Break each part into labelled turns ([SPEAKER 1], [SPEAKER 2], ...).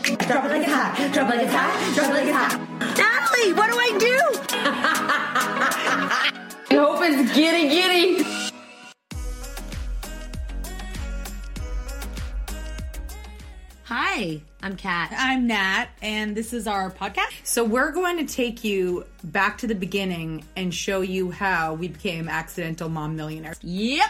[SPEAKER 1] Drop it like it's hot. Drop it like it's hot. Drop it like it's hot. Natalie, what do I do? I hope it's giddy giddy. Hi, I'm Kat.
[SPEAKER 2] I'm Nat, and this is our podcast. So, we're going to take you back to the beginning and show you how we became accidental mom millionaires.
[SPEAKER 1] Yep.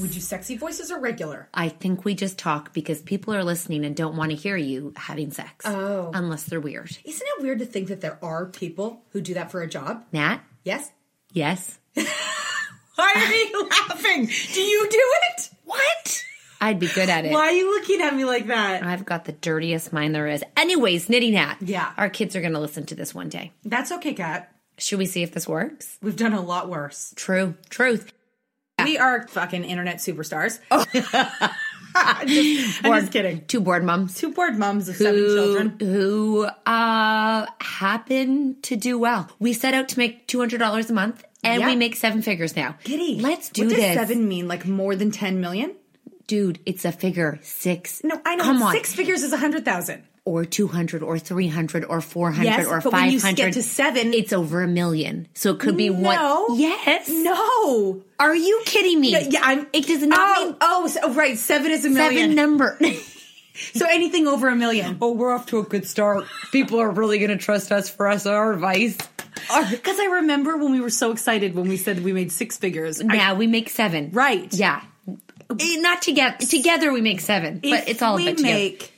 [SPEAKER 2] Would you sexy voices or regular?
[SPEAKER 1] I think we just talk because people are listening and don't want to hear you having sex. Oh. Unless they're weird.
[SPEAKER 2] Isn't it weird to think that there are people who do that for a job?
[SPEAKER 1] Nat?
[SPEAKER 2] Yes.
[SPEAKER 1] Yes.
[SPEAKER 2] Why are you laughing? Do you do it? What?
[SPEAKER 1] I'd be good at it.
[SPEAKER 2] Why are you looking at me like that?
[SPEAKER 1] I've got the dirtiest mind there is. Anyways, knitting hat.
[SPEAKER 2] Yeah.
[SPEAKER 1] Our kids are going to listen to this one day.
[SPEAKER 2] That's okay, Kat.
[SPEAKER 1] Should we see if this works?
[SPEAKER 2] We've done a lot worse.
[SPEAKER 1] True. Truth.
[SPEAKER 2] We are fucking internet superstars. Oh. I'm, just, I'm
[SPEAKER 1] Bored-
[SPEAKER 2] just kidding.
[SPEAKER 1] Two board moms
[SPEAKER 2] Two bored mums of seven children.
[SPEAKER 1] who uh happen to do well. We set out to make two hundred dollars a month, and
[SPEAKER 2] Yeah.
[SPEAKER 1] we make seven figures now.
[SPEAKER 2] Giddy.
[SPEAKER 1] Let's do
[SPEAKER 2] what does
[SPEAKER 1] this,
[SPEAKER 2] Seven mean like more than ten million?
[SPEAKER 1] dude. It's a figure six.
[SPEAKER 2] No, I know.
[SPEAKER 1] Come
[SPEAKER 2] but
[SPEAKER 1] on,
[SPEAKER 2] Six figures is a hundred thousand.
[SPEAKER 1] or two hundred, or three hundred, or four hundred,
[SPEAKER 2] Yes,
[SPEAKER 1] or
[SPEAKER 2] but when
[SPEAKER 1] five
[SPEAKER 2] you
[SPEAKER 1] hundred.
[SPEAKER 2] get to seven-
[SPEAKER 1] it's over a million. So it could be
[SPEAKER 2] No.
[SPEAKER 1] one. Yes.
[SPEAKER 2] No.
[SPEAKER 1] Are you kidding me?
[SPEAKER 2] No, Yeah, I'm.
[SPEAKER 1] It does not
[SPEAKER 2] oh,
[SPEAKER 1] mean
[SPEAKER 2] Oh, so, oh, right. Seven is a
[SPEAKER 1] seven
[SPEAKER 2] million.
[SPEAKER 1] number.
[SPEAKER 2] so anything over a million.
[SPEAKER 1] oh, we're off to a good start. People are really going to trust us for us our advice.
[SPEAKER 2] Because I remember when we were so excited when we said we made six figures. I-
[SPEAKER 1] Now we make seven.
[SPEAKER 2] Right.
[SPEAKER 1] Yeah. Eh, Not together. Together we make seven,
[SPEAKER 2] if
[SPEAKER 1] but it's all
[SPEAKER 2] we
[SPEAKER 1] about together.
[SPEAKER 2] make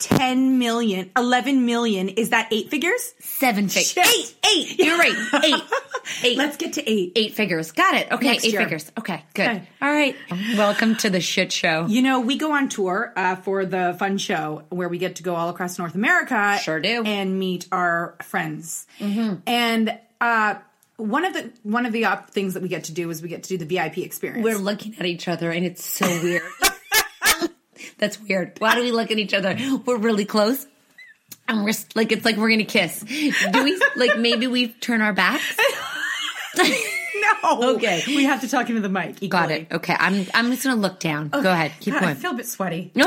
[SPEAKER 2] 10 million, 11 million. Is that eight figures?
[SPEAKER 1] Seven figures.
[SPEAKER 2] Shit.
[SPEAKER 1] Eight, eight. You're right. Eight, eight.
[SPEAKER 2] Let's get to eight.
[SPEAKER 1] eight figures. Got it. Okay,
[SPEAKER 2] Next
[SPEAKER 1] eight
[SPEAKER 2] year.
[SPEAKER 1] figures. Okay, good.
[SPEAKER 2] Okay.
[SPEAKER 1] All right. Welcome to the shit show.
[SPEAKER 2] You know, we go on tour uh, for the fun show where we get to go all across North America.
[SPEAKER 1] Sure do. Mm-hmm.
[SPEAKER 2] And meet our friends. And uh, one of the one of the op- things that we get to do is we get to do the VIP experience.
[SPEAKER 1] We're looking at each other, and it's so weird. That's weird. Why do we look at each other? We're really close. And we're s- like, it's like we're gonna kiss. Do we like maybe we turn our backs?
[SPEAKER 2] no.
[SPEAKER 1] Okay.
[SPEAKER 2] We have to talk into the mic. Equally.
[SPEAKER 1] Got it. Okay, I'm I'm just gonna look down. Go ahead, keep
[SPEAKER 2] God, I
[SPEAKER 1] going.
[SPEAKER 2] feel a bit sweaty.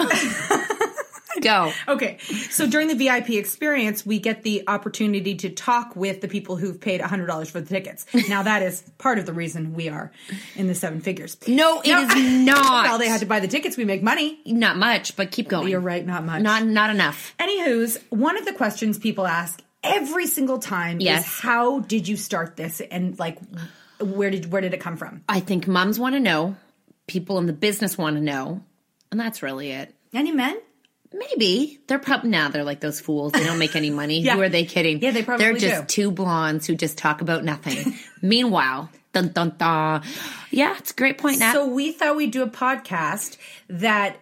[SPEAKER 1] No, go.
[SPEAKER 2] Okay, so during the VIP experience, we get the opportunity to talk with the people who've paid $100 for the tickets. Now, that is part of the reason we are in the seven figures.
[SPEAKER 1] No, it is not.
[SPEAKER 2] well, they had to buy the tickets. We make money.
[SPEAKER 1] Not much, but keep going.
[SPEAKER 2] You're right, not much.
[SPEAKER 1] Not not enough.
[SPEAKER 2] Anywho's, one of the questions people ask every single time
[SPEAKER 1] Yes.
[SPEAKER 2] is how did you start this and like where did where did it come from?
[SPEAKER 1] I think moms want to know. People in the business want to know, and that's really it.
[SPEAKER 2] Any men?
[SPEAKER 1] Maybe they're probably now they're like those fools. They don't make any money.
[SPEAKER 2] Yeah.
[SPEAKER 1] Who are they kidding?
[SPEAKER 2] Yeah, they probably
[SPEAKER 1] they're just two blondes who just talk about nothing. Meanwhile, dun dun dun. Yeah, it's a great point. Nat.
[SPEAKER 2] So we thought we'd do a podcast that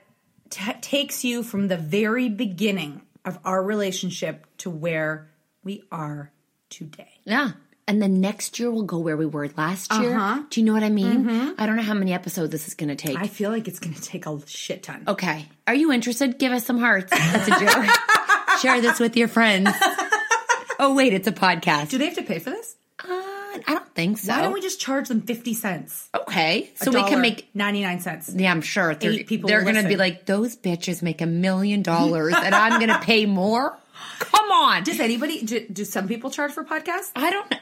[SPEAKER 2] t- takes you from the very beginning of our relationship to where we are today.
[SPEAKER 1] yeah. And then next year we'll go where we were last year.
[SPEAKER 2] Uh-huh.
[SPEAKER 1] Do you know what I mean?
[SPEAKER 2] Mm-hmm.
[SPEAKER 1] I don't know how many episodes this is going to take.
[SPEAKER 2] I feel like it's going to take a shit ton.
[SPEAKER 1] okay. Are you interested? Give us some hearts. That's a joke. Share this with your friends. Oh wait, it's a podcast.
[SPEAKER 2] Do they have to pay for this?
[SPEAKER 1] Uh, I don't think so.
[SPEAKER 2] Why don't we just charge them 50 cents?
[SPEAKER 1] okay,
[SPEAKER 2] A
[SPEAKER 1] so we
[SPEAKER 2] dollar,
[SPEAKER 1] can make
[SPEAKER 2] 99 cents.
[SPEAKER 1] Yeah, I'm sure. They're,
[SPEAKER 2] Eight people
[SPEAKER 1] they're gonna be
[SPEAKER 2] listen.
[SPEAKER 1] like, those bitches make a million dollars and I'm gonna pay more. Come on.
[SPEAKER 2] Does anybody do, do some people charge for podcasts?
[SPEAKER 1] I don't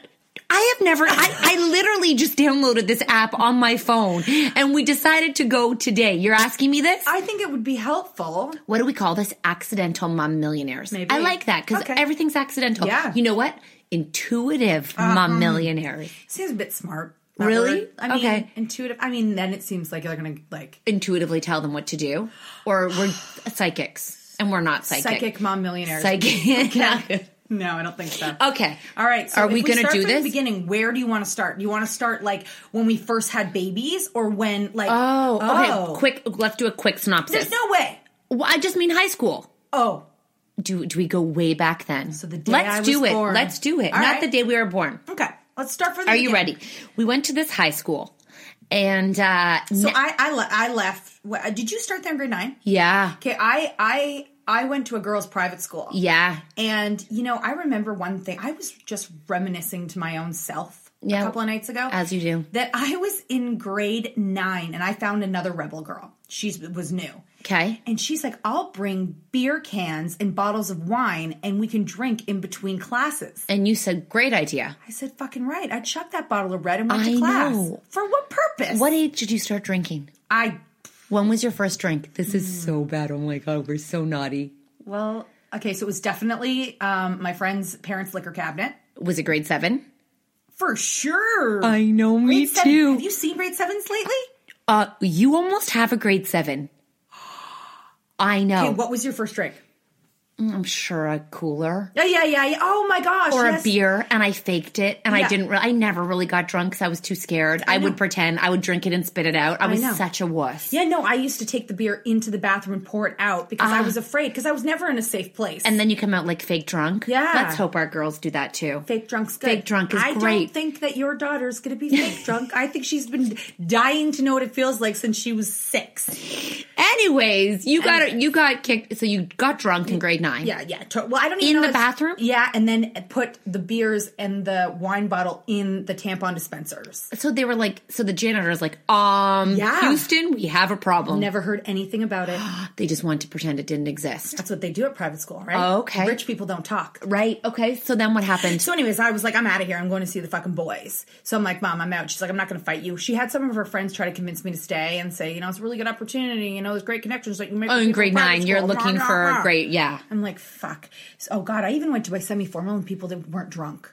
[SPEAKER 1] I have never I, I literally just downloaded this app on my phone and we decided to go today. You're asking me this?
[SPEAKER 2] I think it would be helpful.
[SPEAKER 1] what do we call this? Accidental mom millionaires.
[SPEAKER 2] Maybe.
[SPEAKER 1] I like that because
[SPEAKER 2] Okay.
[SPEAKER 1] everything's accidental.
[SPEAKER 2] Yeah. Uh-huh.
[SPEAKER 1] You know what? Intuitive mom millionaires.
[SPEAKER 2] Seems a bit smart. that
[SPEAKER 1] Really?
[SPEAKER 2] word. I mean,
[SPEAKER 1] Okay.
[SPEAKER 2] intuitive. I mean, then it seems like you're going to like
[SPEAKER 1] Intuitively tell them what to do. Or we're psychics. And we're not psychic.
[SPEAKER 2] psychic, mom millionaires.
[SPEAKER 1] Psychic.
[SPEAKER 2] No, I don't think so.
[SPEAKER 1] Okay.
[SPEAKER 2] All right. So
[SPEAKER 1] Are
[SPEAKER 2] if
[SPEAKER 1] we gonna
[SPEAKER 2] start
[SPEAKER 1] do
[SPEAKER 2] from
[SPEAKER 1] this?
[SPEAKER 2] The beginning. Where do you want to start? Do you want to start like when we first had babies, or when like?
[SPEAKER 1] Oh, okay. Quick, let's do a quick synopsis.
[SPEAKER 2] There's no way.
[SPEAKER 1] Well, I just mean high school.
[SPEAKER 2] Oh,
[SPEAKER 1] Do do we go way back then? So
[SPEAKER 2] the day
[SPEAKER 1] let's
[SPEAKER 2] I was
[SPEAKER 1] do it.
[SPEAKER 2] born.
[SPEAKER 1] Let's do it.
[SPEAKER 2] All
[SPEAKER 1] Not
[SPEAKER 2] right.
[SPEAKER 1] the day we were born.
[SPEAKER 2] okay. Let's start from. The
[SPEAKER 1] Are you
[SPEAKER 2] beginning.
[SPEAKER 1] ready? We went to this high school, and uh,
[SPEAKER 2] So
[SPEAKER 1] ne-
[SPEAKER 2] I I, le- I left. wh- uh, Did you start there in grade nine?
[SPEAKER 1] yeah,
[SPEAKER 2] Okay. I I I went to a girls' private school.
[SPEAKER 1] yeah,
[SPEAKER 2] And you know, I remember one thing. I was just reminiscing to my own self
[SPEAKER 1] Yeah.
[SPEAKER 2] a couple of nights ago,
[SPEAKER 1] As you do.
[SPEAKER 2] That I was in grade nine, and I found another rebel girl. She was new.
[SPEAKER 1] okay.
[SPEAKER 2] And she's like, I'll bring beer cans and bottles of wine and we can drink in between classes.
[SPEAKER 1] And you said great idea.
[SPEAKER 2] I said, fucking right. I chucked that bottle of red and went
[SPEAKER 1] I
[SPEAKER 2] to class.
[SPEAKER 1] know.
[SPEAKER 2] For what purpose?
[SPEAKER 1] What age did you start drinking?
[SPEAKER 2] I,
[SPEAKER 1] When was your first drink? This is so bad. Oh my god, we're so naughty.
[SPEAKER 2] Hmm. well, okay, so it was definitely um, my friend's parents' liquor cabinet.
[SPEAKER 1] Was it grade seven?
[SPEAKER 2] For sure.
[SPEAKER 1] I know, me
[SPEAKER 2] Grade seven-
[SPEAKER 1] too.
[SPEAKER 2] Have you seen grade sevens lately?
[SPEAKER 1] Uh, you almost have a grade seven. I know. Mm,
[SPEAKER 2] Okay, what was your first drink?
[SPEAKER 1] I'm sure a cooler
[SPEAKER 2] Yeah, yeah, yeah. yeah. Oh my gosh.
[SPEAKER 1] or
[SPEAKER 2] yes.
[SPEAKER 1] a beer, and I faked it, and I
[SPEAKER 2] Yeah.
[SPEAKER 1] didn't. Re- I never really got drunk because I was too scared. I, would pretend I would drink it and spit it out. I was
[SPEAKER 2] know.
[SPEAKER 1] such a wuss.
[SPEAKER 2] Yeah, no, I used to take the beer into the bathroom and pour it out because I was afraid because I was never in a safe place.
[SPEAKER 1] Ah. And then you come out like fake drunk.
[SPEAKER 2] Yeah.
[SPEAKER 1] Let's hope our girls do that too.
[SPEAKER 2] Fake drunk's good.
[SPEAKER 1] Fake drunk is
[SPEAKER 2] I
[SPEAKER 1] great.
[SPEAKER 2] don't think that your daughter's going to be fake drunk. I think she's been dying to know what it feels like since she was six.
[SPEAKER 1] Anyways, you got you got kicked. So you got drunk in grade nine.
[SPEAKER 2] Yeah, yeah. To- well, I don't even
[SPEAKER 1] In
[SPEAKER 2] know
[SPEAKER 1] the
[SPEAKER 2] if-
[SPEAKER 1] bathroom?
[SPEAKER 2] Yeah, and then put the beers and the wine bottle in the tampon dispensers.
[SPEAKER 1] So they were like, so the janitor's like, um,
[SPEAKER 2] Yeah.
[SPEAKER 1] Houston, we have a problem.
[SPEAKER 2] Never heard anything about it.
[SPEAKER 1] They just want to pretend it didn't exist.
[SPEAKER 2] That's what they do at private school, right?
[SPEAKER 1] Okay.
[SPEAKER 2] Rich people don't talk.
[SPEAKER 1] Right. Okay. So then what happened?
[SPEAKER 2] So, anyways, I was like, I'm out of here. I'm going to see the fucking boys. So I'm like, Mom, I'm out. She's like, I'm not going to fight you. She had some of her friends try to convince me to stay and say, you know, it's a really good opportunity. You know, there's great connections that you make.
[SPEAKER 1] Oh,
[SPEAKER 2] with
[SPEAKER 1] in
[SPEAKER 2] people
[SPEAKER 1] grade
[SPEAKER 2] private
[SPEAKER 1] nine, you're
[SPEAKER 2] school,
[SPEAKER 1] looking
[SPEAKER 2] rah,
[SPEAKER 1] for
[SPEAKER 2] rah, rah."
[SPEAKER 1] great, yeah.
[SPEAKER 2] I'm like, fuck. So- oh God, I even went to my semi-formal and people that weren't drunk.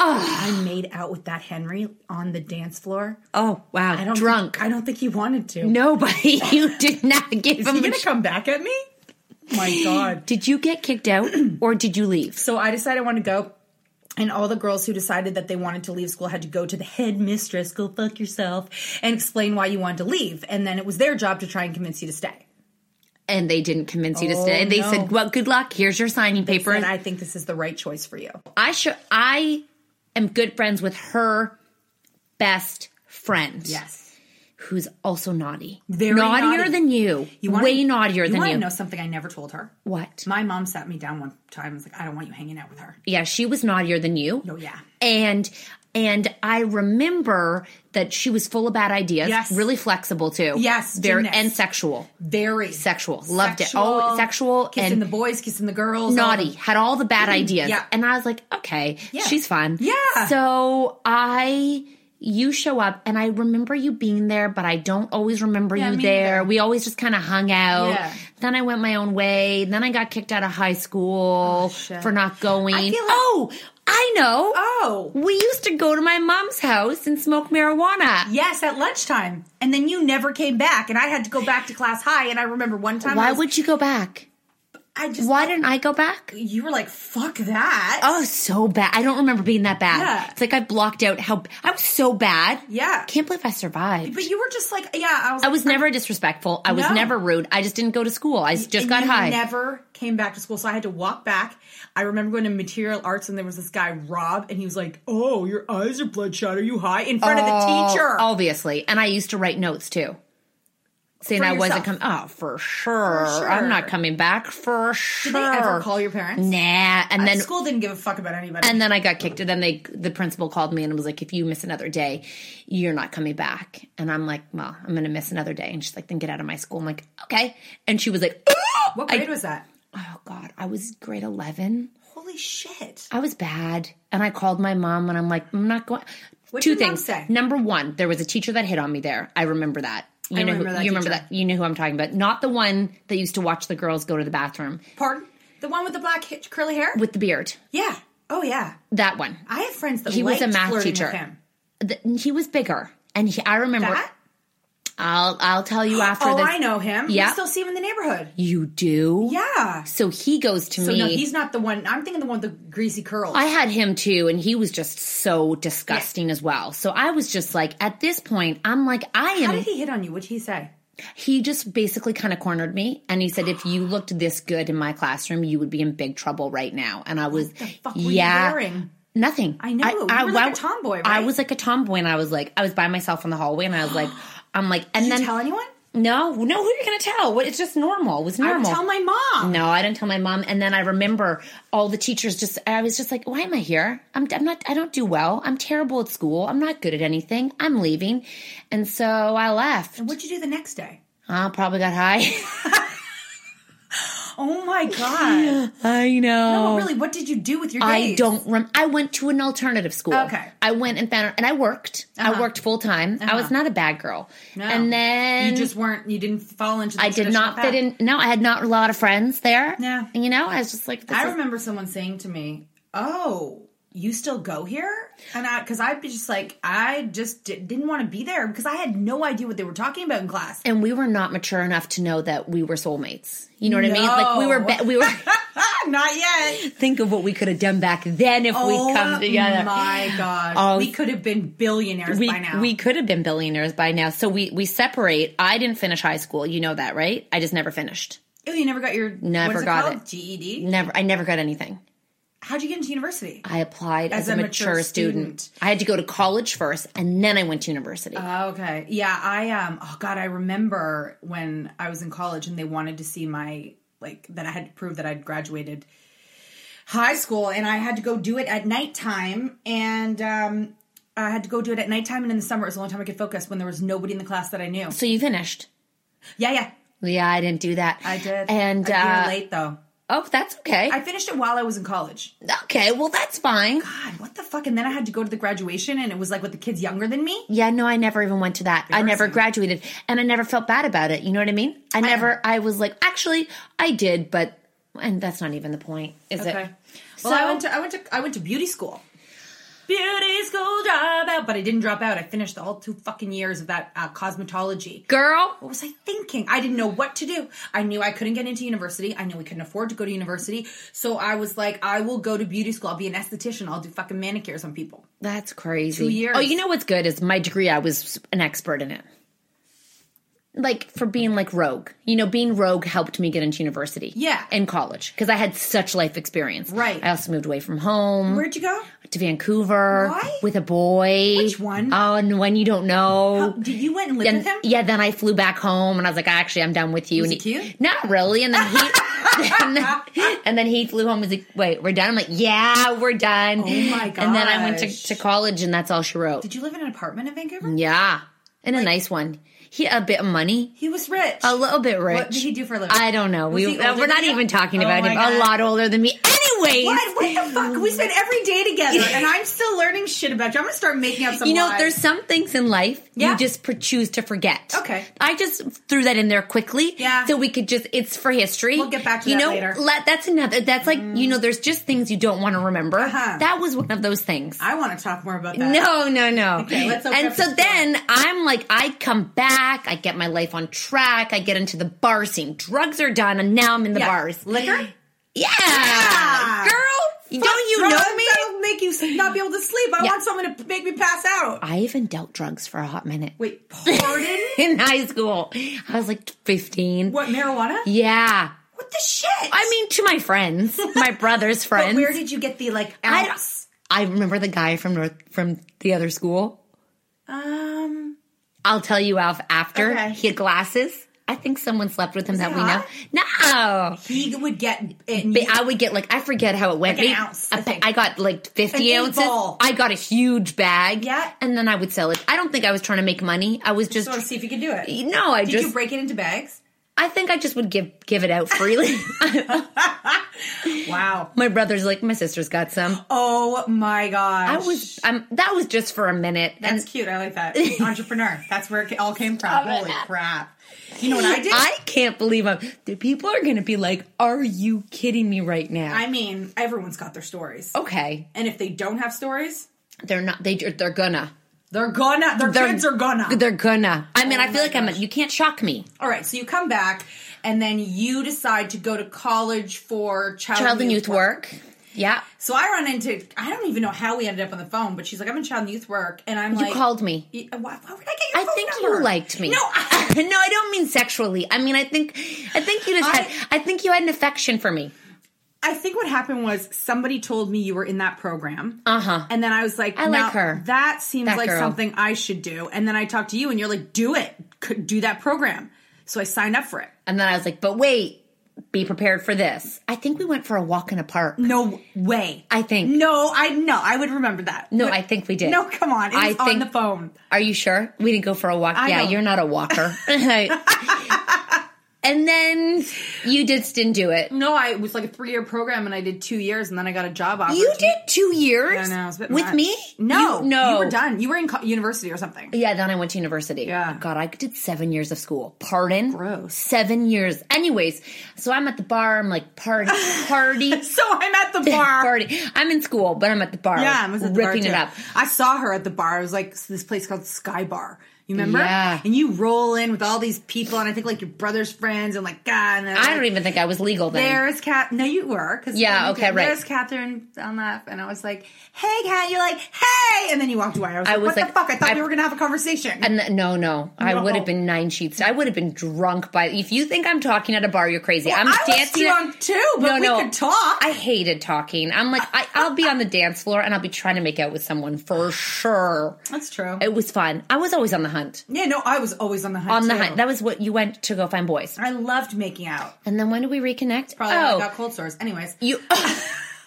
[SPEAKER 2] I made out with that Henry on the dance floor.
[SPEAKER 1] Oh wow,
[SPEAKER 2] I don't
[SPEAKER 1] drunk.
[SPEAKER 2] Think, I don't think he wanted to.
[SPEAKER 1] Nobody, you did not give
[SPEAKER 2] Is
[SPEAKER 1] him.
[SPEAKER 2] he
[SPEAKER 1] a
[SPEAKER 2] gonna
[SPEAKER 1] sh-
[SPEAKER 2] come back at me? my God.
[SPEAKER 1] Did you get kicked out or did you leave?
[SPEAKER 2] So I decided I wanted to go. And all the girls who decided that they wanted to leave school had to go to the headmistress, go fuck yourself, and explain why you wanted to leave. And then it was their job to try and convince you to stay.
[SPEAKER 1] And they didn't convince you to stay. They
[SPEAKER 2] Oh, no.
[SPEAKER 1] said, "Well, good luck. Here's your signing paper."
[SPEAKER 2] And I think this is the right choice for you.
[SPEAKER 1] I should. I am good friends with her best friend.
[SPEAKER 2] Yes.
[SPEAKER 1] who's also naughty.
[SPEAKER 2] Very
[SPEAKER 1] naughtier
[SPEAKER 2] naughty.
[SPEAKER 1] than you.
[SPEAKER 2] You wanna-
[SPEAKER 1] Way naughtier
[SPEAKER 2] you
[SPEAKER 1] than
[SPEAKER 2] wanna
[SPEAKER 1] you.
[SPEAKER 2] know something I never told her?
[SPEAKER 1] What?
[SPEAKER 2] My mom sat me down one time and was like, I don't want you hanging out with her.
[SPEAKER 1] yeah, she was naughtier than you.
[SPEAKER 2] Oh, yeah.
[SPEAKER 1] And and I remember that she was full of bad ideas.
[SPEAKER 2] Yes.
[SPEAKER 1] Really flexible too.
[SPEAKER 2] Yes,
[SPEAKER 1] Very
[SPEAKER 2] gymnast.
[SPEAKER 1] and sexual.
[SPEAKER 2] Very
[SPEAKER 1] Sexual. Loved it. Oh, sexual
[SPEAKER 2] Kissing
[SPEAKER 1] and
[SPEAKER 2] the boys, kissing the girls. all
[SPEAKER 1] naughty,
[SPEAKER 2] the-
[SPEAKER 1] had all the bad ideas.
[SPEAKER 2] Mm-hmm. yeah.
[SPEAKER 1] And I was like, okay,
[SPEAKER 2] Yeah.
[SPEAKER 1] she's fun.
[SPEAKER 2] Yeah.
[SPEAKER 1] So I you show up and I remember you being there, but I don't always remember
[SPEAKER 2] Yeah,
[SPEAKER 1] you
[SPEAKER 2] me
[SPEAKER 1] there.
[SPEAKER 2] neither.
[SPEAKER 1] We always just kind of hung out.
[SPEAKER 2] Yeah.
[SPEAKER 1] Then I went my own way. Then I got kicked out of high school for not going.
[SPEAKER 2] Oh, I feel like-
[SPEAKER 1] oh, I know.
[SPEAKER 2] Oh.
[SPEAKER 1] We used to go to my mom's house and smoke marijuana.
[SPEAKER 2] Yes, at lunchtime. And then you never came back. And I had to go back to class high. And I remember one time. I
[SPEAKER 1] Why
[SPEAKER 2] was-
[SPEAKER 1] would you go back?
[SPEAKER 2] I just.
[SPEAKER 1] Why didn't I go back?
[SPEAKER 2] You were like, fuck that.
[SPEAKER 1] Oh, so bad. I don't remember being that bad.
[SPEAKER 2] Yeah.
[SPEAKER 1] It's like I blocked out how I was so bad.
[SPEAKER 2] Yeah.
[SPEAKER 1] Can't believe I survived.
[SPEAKER 2] But you were just like, yeah, I was.
[SPEAKER 1] I was never disrespectful. I was
[SPEAKER 2] No.
[SPEAKER 1] never rude. I just didn't go to school. I just
[SPEAKER 2] and
[SPEAKER 1] got
[SPEAKER 2] you
[SPEAKER 1] high.
[SPEAKER 2] Never came back to school, so I had to walk back. I remember going to material arts, and there was this guy Rob, and he was like, "Oh, your eyes are bloodshot. Are you high?" In front of the teacher.
[SPEAKER 1] Oh, Obviously. And I used to write notes too. Saying
[SPEAKER 2] For
[SPEAKER 1] I wasn't
[SPEAKER 2] yourself.
[SPEAKER 1] coming. Oh, for sure.
[SPEAKER 2] sure.
[SPEAKER 1] I'm not coming back. For sure.
[SPEAKER 2] Did they ever call your parents?
[SPEAKER 1] Nah. And then
[SPEAKER 2] school didn't give a fuck about anybody.
[SPEAKER 1] and then I got kicked. And then they the principal called me and was like, if you miss another day, you're not coming back. And I'm like, well, I'm gonna miss another day. And she's like, then get out of my school. I'm like, okay. And she was like,
[SPEAKER 2] what
[SPEAKER 1] I-
[SPEAKER 2] grade was that?
[SPEAKER 1] oh God, I was grade eleven.
[SPEAKER 2] Holy shit!
[SPEAKER 1] I was bad. And I called my mom and I'm like, I'm not going.
[SPEAKER 2] What'd
[SPEAKER 1] Two
[SPEAKER 2] your mom
[SPEAKER 1] things.
[SPEAKER 2] say?
[SPEAKER 1] Number one, there was a teacher that hit on me there. I remember that. You
[SPEAKER 2] I
[SPEAKER 1] know
[SPEAKER 2] remember
[SPEAKER 1] who,
[SPEAKER 2] that
[SPEAKER 1] you remember
[SPEAKER 2] teacher.
[SPEAKER 1] that you know who I'm talking about. Not the one that used to watch the girls go to the bathroom
[SPEAKER 2] Pardon? The one with the black hitch, curly hair?
[SPEAKER 1] with the beard.
[SPEAKER 2] yeah. Oh yeah.
[SPEAKER 1] That one.
[SPEAKER 2] I have friends that
[SPEAKER 1] He was
[SPEAKER 2] liked
[SPEAKER 1] a math
[SPEAKER 2] flirting
[SPEAKER 1] teacher.
[SPEAKER 2] With him.
[SPEAKER 1] Th- he was bigger. And he, I remember
[SPEAKER 2] That?
[SPEAKER 1] I'll I'll tell you after
[SPEAKER 2] oh,
[SPEAKER 1] this.
[SPEAKER 2] I know him. Yeah.
[SPEAKER 1] Yeah.
[SPEAKER 2] We still see him in the neighborhood.
[SPEAKER 1] You do?
[SPEAKER 2] Yeah.
[SPEAKER 1] So he goes to
[SPEAKER 2] So
[SPEAKER 1] me.
[SPEAKER 2] no, he's not the one. I'm thinking the one with the greasy curls.
[SPEAKER 1] I had him too, and he was just so disgusting as well. So I was just like, at this point, I'm like, I am
[SPEAKER 2] How did he hit on you? What'd he say?
[SPEAKER 1] he just basically kind of cornered me and he said if you looked this good in my classroom you would be in big trouble right now and i was
[SPEAKER 2] fuck were you
[SPEAKER 1] yeah
[SPEAKER 2] wearing?
[SPEAKER 1] nothing
[SPEAKER 2] I know. You were like a tomboy, right?
[SPEAKER 1] i was like a tomboy and i was like i was by myself in the hallway and i was like i'm like and
[SPEAKER 2] Did
[SPEAKER 1] then
[SPEAKER 2] you tell anyone?
[SPEAKER 1] no no who are you gonna tell what it's just normal it was
[SPEAKER 2] I would
[SPEAKER 1] normal
[SPEAKER 2] tell my mom.
[SPEAKER 1] no, I didn't tell my mom. And then I remember all the teachers just, I was just like, why am I here? I'm, I'm not, I don't do well. I'm terrible at school. I'm not good at anything. I'm leaving. And so I left.
[SPEAKER 2] What'd you do the next day?
[SPEAKER 1] I probably got high.
[SPEAKER 2] Oh my god!
[SPEAKER 1] I know.
[SPEAKER 2] no, really, what did you do with your days?
[SPEAKER 1] I don't rem- I went to an alternative school.
[SPEAKER 2] Okay. Uh-huh.
[SPEAKER 1] I went and found and I worked. I worked full time. I was not a bad girl.
[SPEAKER 2] No.
[SPEAKER 1] And then
[SPEAKER 2] you just weren't. You didn't fall into. The
[SPEAKER 1] I did
[SPEAKER 2] traditional
[SPEAKER 1] not fit
[SPEAKER 2] path.
[SPEAKER 1] in. No, I had not a lot of friends there.
[SPEAKER 2] Yeah.
[SPEAKER 1] You know, I was just like, this
[SPEAKER 2] I
[SPEAKER 1] is-
[SPEAKER 2] remember someone saying to me, "Oh, you still go here?" And I, because I'd be just like, I just di- didn't want to be there because I had no idea what they were talking about in class.
[SPEAKER 1] and we were not mature enough to know that we were soulmates. You know what I mean? Like we were, be- we were.
[SPEAKER 2] not yet.
[SPEAKER 1] think of what we could have done back then if
[SPEAKER 2] oh
[SPEAKER 1] we'd come together.
[SPEAKER 2] my god, we could have been billionaires
[SPEAKER 1] we,
[SPEAKER 2] by now.
[SPEAKER 1] we could have been billionaires by now. So we we separate. I didn't finish high school. You know that, right? I just never finished.
[SPEAKER 2] Oh, you never got your
[SPEAKER 1] Never
[SPEAKER 2] what is
[SPEAKER 1] got
[SPEAKER 2] it, called?
[SPEAKER 1] it.
[SPEAKER 2] GED.
[SPEAKER 1] Never. I never got anything.
[SPEAKER 2] How'd you get into university?
[SPEAKER 1] I applied as, a, mature, student. I had to go to college first, and then I went to university.
[SPEAKER 2] Okay. Yeah, I um oh god, I remember when I was in college and they wanted to see my like that I had to prove that I'd graduated high school and I had to go do it at nighttime and um I had to go do it at nighttime and in the summer it was the only time I could focus when there was nobody in the class that I knew.
[SPEAKER 1] so you finished?
[SPEAKER 2] Yeah, yeah.
[SPEAKER 1] Yeah, I didn't do that.
[SPEAKER 2] I did.
[SPEAKER 1] And
[SPEAKER 2] a year
[SPEAKER 1] uh,
[SPEAKER 2] late though.
[SPEAKER 1] oh, that's okay.
[SPEAKER 2] I finished it while I was in college.
[SPEAKER 1] okay, well, that's fine.
[SPEAKER 2] God, what the fuck? And then I had to go to the graduation and it was like with the kids younger than me.
[SPEAKER 1] Yeah, no, I never even went to that. I never graduated, and I never felt bad about it. You know what I mean? I never. I was like, actually, I did, but and that's not even the point, is it?
[SPEAKER 2] Well, I went to I went to I went to beauty school. beauty's school dropout. But I didn't drop out. I finished the whole two fucking years of that uh, cosmetology.
[SPEAKER 1] Girl,
[SPEAKER 2] What was I thinking? I didn't know what to do. I knew I couldn't get into university. I knew we couldn't afford to go to university. So I was like, I will go to beauty school. I'll be an esthetician. I'll do fucking manicures on people.
[SPEAKER 1] that's crazy.
[SPEAKER 2] Two years.
[SPEAKER 1] Oh, you know what's good is my degree. I was an expert in it. Like for being like rogue, you know, being rogue helped me get into university.
[SPEAKER 2] Yeah.
[SPEAKER 1] in college because I had such life experience.
[SPEAKER 2] Right.
[SPEAKER 1] I also moved away from home.
[SPEAKER 2] Where'd you go?
[SPEAKER 1] to Vancouver
[SPEAKER 2] Why?
[SPEAKER 1] with a boy.
[SPEAKER 2] Which one?
[SPEAKER 1] Oh, and one you don't know.
[SPEAKER 2] Did you went and lived
[SPEAKER 1] and
[SPEAKER 2] with him?
[SPEAKER 1] yeah, then I flew back home, and I was like, "Actually, I'm done with you."
[SPEAKER 2] Was
[SPEAKER 1] and
[SPEAKER 2] he cute?
[SPEAKER 1] Not really. And then he, and, then, and then he flew home. and Was like, "Wait, we're done." I'm like, "Yeah, we're done." Oh
[SPEAKER 2] my
[SPEAKER 1] And then I went to,
[SPEAKER 2] gosh.
[SPEAKER 1] to college, and that's all she wrote.
[SPEAKER 2] Did you live in an apartment in Vancouver?
[SPEAKER 1] yeah, and a nice one. He had a bit of money.
[SPEAKER 2] He was rich.
[SPEAKER 1] A little bit rich.
[SPEAKER 2] What did he do for a living?
[SPEAKER 1] I don't know.
[SPEAKER 2] Was
[SPEAKER 1] We,
[SPEAKER 2] he
[SPEAKER 1] uh,
[SPEAKER 2] older
[SPEAKER 1] we're
[SPEAKER 2] than
[SPEAKER 1] not
[SPEAKER 2] you?
[SPEAKER 1] even talking
[SPEAKER 2] Oh
[SPEAKER 1] about
[SPEAKER 2] my
[SPEAKER 1] him.
[SPEAKER 2] God.
[SPEAKER 1] A lot older than me. Anyways,
[SPEAKER 2] What? What the fuck? We spend every day together, and I'm still learning shit about you. I'm gonna start making up some.
[SPEAKER 1] you know,
[SPEAKER 2] lies.
[SPEAKER 1] there's some things in life
[SPEAKER 2] Yeah.
[SPEAKER 1] you just pr- choose to forget.
[SPEAKER 2] Okay.
[SPEAKER 1] I just threw that in there quickly.
[SPEAKER 2] Yeah.
[SPEAKER 1] So we could just, it's for history.
[SPEAKER 2] We'll get back to
[SPEAKER 1] you
[SPEAKER 2] that
[SPEAKER 1] know,
[SPEAKER 2] later. Mm.
[SPEAKER 1] Let, that's another, that's like, you know, there's just things you don't want to remember. That was one of those things.
[SPEAKER 2] Uh-huh. I want to talk more about that.
[SPEAKER 1] No, no, no.
[SPEAKER 2] Okay, let's open
[SPEAKER 1] and
[SPEAKER 2] up
[SPEAKER 1] so
[SPEAKER 2] the store.
[SPEAKER 1] then I'm like, I come back, I get my life on track, I get into the bar scene. Drugs are done, and now I'm in the
[SPEAKER 2] Yeah.
[SPEAKER 1] bars.
[SPEAKER 2] liquor.
[SPEAKER 1] Yeah.
[SPEAKER 2] Yeah.
[SPEAKER 1] Girl, don't you
[SPEAKER 2] Drugs
[SPEAKER 1] know me?
[SPEAKER 2] That'll make you not be able to sleep. I
[SPEAKER 1] Yeah.
[SPEAKER 2] want someone to make me pass out.
[SPEAKER 1] I even dealt drugs for a hot minute.
[SPEAKER 2] Wait, pardon?
[SPEAKER 1] in high school. I was like 15.
[SPEAKER 2] what marijuana?
[SPEAKER 1] Yeah.
[SPEAKER 2] What the shit?
[SPEAKER 1] I mean, to my friends, my brother's
[SPEAKER 2] but
[SPEAKER 1] friends.
[SPEAKER 2] where did you get the like
[SPEAKER 1] I don't-
[SPEAKER 2] ounce?
[SPEAKER 1] I remember the guy from North, from the other school.
[SPEAKER 2] Um,
[SPEAKER 1] I'll tell you off after.
[SPEAKER 2] Okay.
[SPEAKER 1] He had glasses. I think someone slept with him that
[SPEAKER 2] he
[SPEAKER 1] we
[SPEAKER 2] hot?
[SPEAKER 1] know. No.
[SPEAKER 2] he would get. And
[SPEAKER 1] But I would get like I forget how it went.
[SPEAKER 2] Like an
[SPEAKER 1] Maybe
[SPEAKER 2] ounce,
[SPEAKER 1] a
[SPEAKER 2] I
[SPEAKER 1] pa-
[SPEAKER 2] think.
[SPEAKER 1] I got like fifty
[SPEAKER 2] An eight
[SPEAKER 1] ounces.
[SPEAKER 2] ball.
[SPEAKER 1] I got a huge bag.
[SPEAKER 2] Yeah.
[SPEAKER 1] and then I would sell it. I don't think I was trying to make money. I was just
[SPEAKER 2] sort of see if you could do it.
[SPEAKER 1] no. I
[SPEAKER 2] Did
[SPEAKER 1] just
[SPEAKER 2] you break it into bags?
[SPEAKER 1] I think I just would give give it out freely.
[SPEAKER 2] Wow.
[SPEAKER 1] my brother's like my sister's got some.
[SPEAKER 2] Oh my gosh.
[SPEAKER 1] I was um that was just for a minute.
[SPEAKER 2] That's
[SPEAKER 1] and
[SPEAKER 2] cute. I like that. Entrepreneur. That's where it all came from. Holy crap. You know what I did?
[SPEAKER 1] I can't believe I'm the people are gonna be like, Are you kidding me right now?
[SPEAKER 2] I mean, everyone's got their stories.
[SPEAKER 1] okay.
[SPEAKER 2] And if they don't have stories,
[SPEAKER 1] They're not they they're gonna.
[SPEAKER 2] they're gonna. Oh, Their
[SPEAKER 1] They're,
[SPEAKER 2] kids are gonna. Oh
[SPEAKER 1] They're gonna. I mean, I feel like I'm a, you can't shock me.
[SPEAKER 2] All right, so you come back, and then you decide to go to college for child,
[SPEAKER 1] Child and youth work. Yeah.
[SPEAKER 2] So I run into I don't even know how we ended up on the phone, but she's like, "I'm in child and youth work," and I'm
[SPEAKER 1] You
[SPEAKER 2] like,
[SPEAKER 1] called me.
[SPEAKER 2] Y- Why, why would I get your
[SPEAKER 1] I
[SPEAKER 2] phone
[SPEAKER 1] think
[SPEAKER 2] number?
[SPEAKER 1] you liked me.
[SPEAKER 2] No, I,
[SPEAKER 1] no, I don't mean sexually. I mean I think I think you just
[SPEAKER 2] I-
[SPEAKER 1] had I think you had an affection for me.
[SPEAKER 2] I think what happened was somebody told me you were in that program. Uh huh. And then I was like,
[SPEAKER 1] Uh-huh. I
[SPEAKER 2] "No,
[SPEAKER 1] like her.
[SPEAKER 2] That seems
[SPEAKER 1] That
[SPEAKER 2] like
[SPEAKER 1] girl."
[SPEAKER 2] something I should do. And then I talked to you, and you're like, do it. C- Do that program. So I signed up for it.
[SPEAKER 1] And then I was like, but wait, be prepared for this. I think we went for a walk in a park.
[SPEAKER 2] No way.
[SPEAKER 1] I think.
[SPEAKER 2] No, I no, I would remember that.
[SPEAKER 1] No, I think we did.
[SPEAKER 2] No, come on. It was
[SPEAKER 1] I
[SPEAKER 2] on
[SPEAKER 1] think-
[SPEAKER 2] the phone.
[SPEAKER 1] Are you sure? We didn't go for a walk.
[SPEAKER 2] I
[SPEAKER 1] yeah,
[SPEAKER 2] know.
[SPEAKER 1] you're not a walker. and then you just didn't do it.
[SPEAKER 2] No, I it was like a three year program, and I did two years, and then I got a job offer.
[SPEAKER 1] You did two
[SPEAKER 2] I
[SPEAKER 1] years
[SPEAKER 2] know, it was a bit
[SPEAKER 1] with
[SPEAKER 2] much.
[SPEAKER 1] me?
[SPEAKER 2] No,
[SPEAKER 1] You- no.
[SPEAKER 2] you were done. You were in co- university or something.
[SPEAKER 1] Yeah, then I went to university.
[SPEAKER 2] Yeah.
[SPEAKER 1] God, I did seven years of school. Pardon?
[SPEAKER 2] Gross.
[SPEAKER 1] Seven years. Anyways, so I'm at the bar. I'm like, party, party.
[SPEAKER 2] So I'm at the bar.
[SPEAKER 1] Party. I'm in school, but I'm at the bar.
[SPEAKER 2] Yeah, I was at the bar,
[SPEAKER 1] ripping
[SPEAKER 2] too.
[SPEAKER 1] it up.
[SPEAKER 2] I saw her at the bar. I was like, this place called Sky Bar. You remember?
[SPEAKER 1] Yeah.
[SPEAKER 2] And you roll in with all these people, and I think like your brother's friends, and like God. And then
[SPEAKER 1] I don't even think I was legal then.
[SPEAKER 2] There's Kat. No, you were. Cause
[SPEAKER 1] Yeah,
[SPEAKER 2] you
[SPEAKER 1] okay,
[SPEAKER 2] did,
[SPEAKER 1] right.
[SPEAKER 2] There's Catherine on that, and I was like, "Hey, Kat." You're like, "Hey," and then you walked away. I was,
[SPEAKER 1] I
[SPEAKER 2] like,
[SPEAKER 1] was
[SPEAKER 2] "What the
[SPEAKER 1] like-
[SPEAKER 2] fuck?" I thought
[SPEAKER 1] I-
[SPEAKER 2] we were gonna have a conversation.
[SPEAKER 1] And th- no, no, I
[SPEAKER 2] No.
[SPEAKER 1] would have been nine sheets. I would have been drunk by. If you think I'm talking at a bar, you're crazy. I'm
[SPEAKER 2] I was
[SPEAKER 1] dancing. at-
[SPEAKER 2] drunk too, but we could talk.
[SPEAKER 1] I hated talking. I'm like, I, I'll be on the dance floor and I'll be trying to make out with someone for sure.
[SPEAKER 2] That's true.
[SPEAKER 1] It was fun. I was always on the hunt.
[SPEAKER 2] yeah, no, I was always on the hunt.
[SPEAKER 1] On the
[SPEAKER 2] too.
[SPEAKER 1] hunt. That was what you went to go find boys.
[SPEAKER 2] I loved making out.
[SPEAKER 1] And then when did we reconnect?
[SPEAKER 2] Probably when
[SPEAKER 1] oh,
[SPEAKER 2] I got cold sores. Anyways,
[SPEAKER 1] you.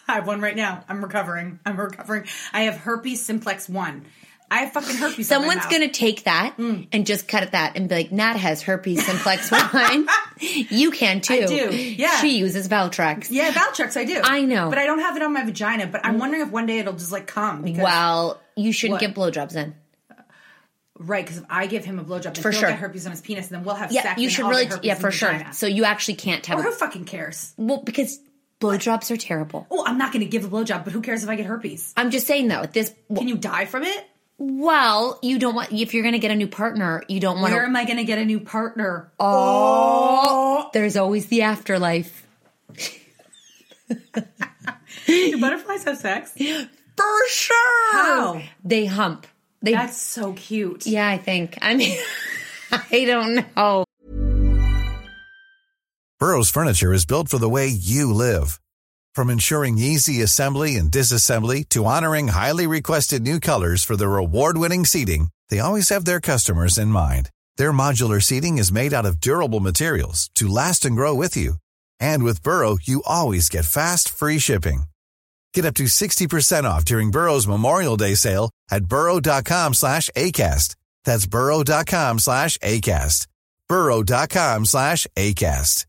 [SPEAKER 2] I have one right now. I'm recovering. I'm recovering. I have herpes simplex one. I have fucking herpes. on my
[SPEAKER 1] Someone's
[SPEAKER 2] mouth.
[SPEAKER 1] gonna take that
[SPEAKER 2] Mm.
[SPEAKER 1] and just cut at that and be like, "Nat has herpes simplex one. you can too.
[SPEAKER 2] do, yeah.
[SPEAKER 1] she uses Valtrex.
[SPEAKER 2] Yeah, Valtrex, I do.
[SPEAKER 1] I know.
[SPEAKER 2] but I don't have it on my vagina. But I'm wondering if one day it'll just like come. Because,
[SPEAKER 1] Well, you shouldn't
[SPEAKER 2] What?
[SPEAKER 1] give blowjobs then.
[SPEAKER 2] right? Because if I give him a blowjob, then
[SPEAKER 1] For
[SPEAKER 2] he'll
[SPEAKER 1] sure.
[SPEAKER 2] get herpes on his penis, and then we'll have
[SPEAKER 1] Yeah,
[SPEAKER 2] sex.
[SPEAKER 1] you
[SPEAKER 2] and
[SPEAKER 1] should
[SPEAKER 2] I'll
[SPEAKER 1] really.
[SPEAKER 2] get herpes
[SPEAKER 1] Yeah,
[SPEAKER 2] in
[SPEAKER 1] for
[SPEAKER 2] the
[SPEAKER 1] sure.
[SPEAKER 2] vagina.
[SPEAKER 1] So you actually can't have.
[SPEAKER 2] or
[SPEAKER 1] a-
[SPEAKER 2] who fucking cares?
[SPEAKER 1] well, because Blowjobs are terrible.
[SPEAKER 2] Oh, I'm not going to give a blowjob, but who cares if I get herpes?
[SPEAKER 1] I'm just saying though, at this
[SPEAKER 2] Can you die from it?
[SPEAKER 1] well, you don't want if you're going to get a new partner, you don't want
[SPEAKER 2] Where
[SPEAKER 1] to.
[SPEAKER 2] am I going to get a new partner?
[SPEAKER 1] Oh. There's always the afterlife.
[SPEAKER 2] Do butterflies have sex?
[SPEAKER 1] For sure.
[SPEAKER 2] How?
[SPEAKER 1] They hump. They
[SPEAKER 2] That's so cute.
[SPEAKER 1] Yeah, I think. I mean, I don't know.
[SPEAKER 3] Burrow's furniture is built for the way you live. From ensuring easy assembly and disassembly to honoring highly requested new colors for their award-winning seating, they always have their customers in mind. Their modular seating is made out of durable materials to last and grow with you. And with Burrow, you always get fast, free shipping. Get up to 60% off during Burrow's Memorial Day sale at burrow.com slash ACAST. That's burrow.com slash ACAST. burrow.com slash ACAST.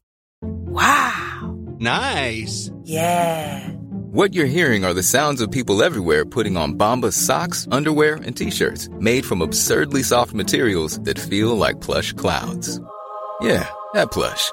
[SPEAKER 4] Nice.
[SPEAKER 5] What you're hearing are the sounds of people everywhere putting on Bombas socks, underwear, and t-shirts made from absurdly soft materials that feel like plush clouds. Yeah, that plush.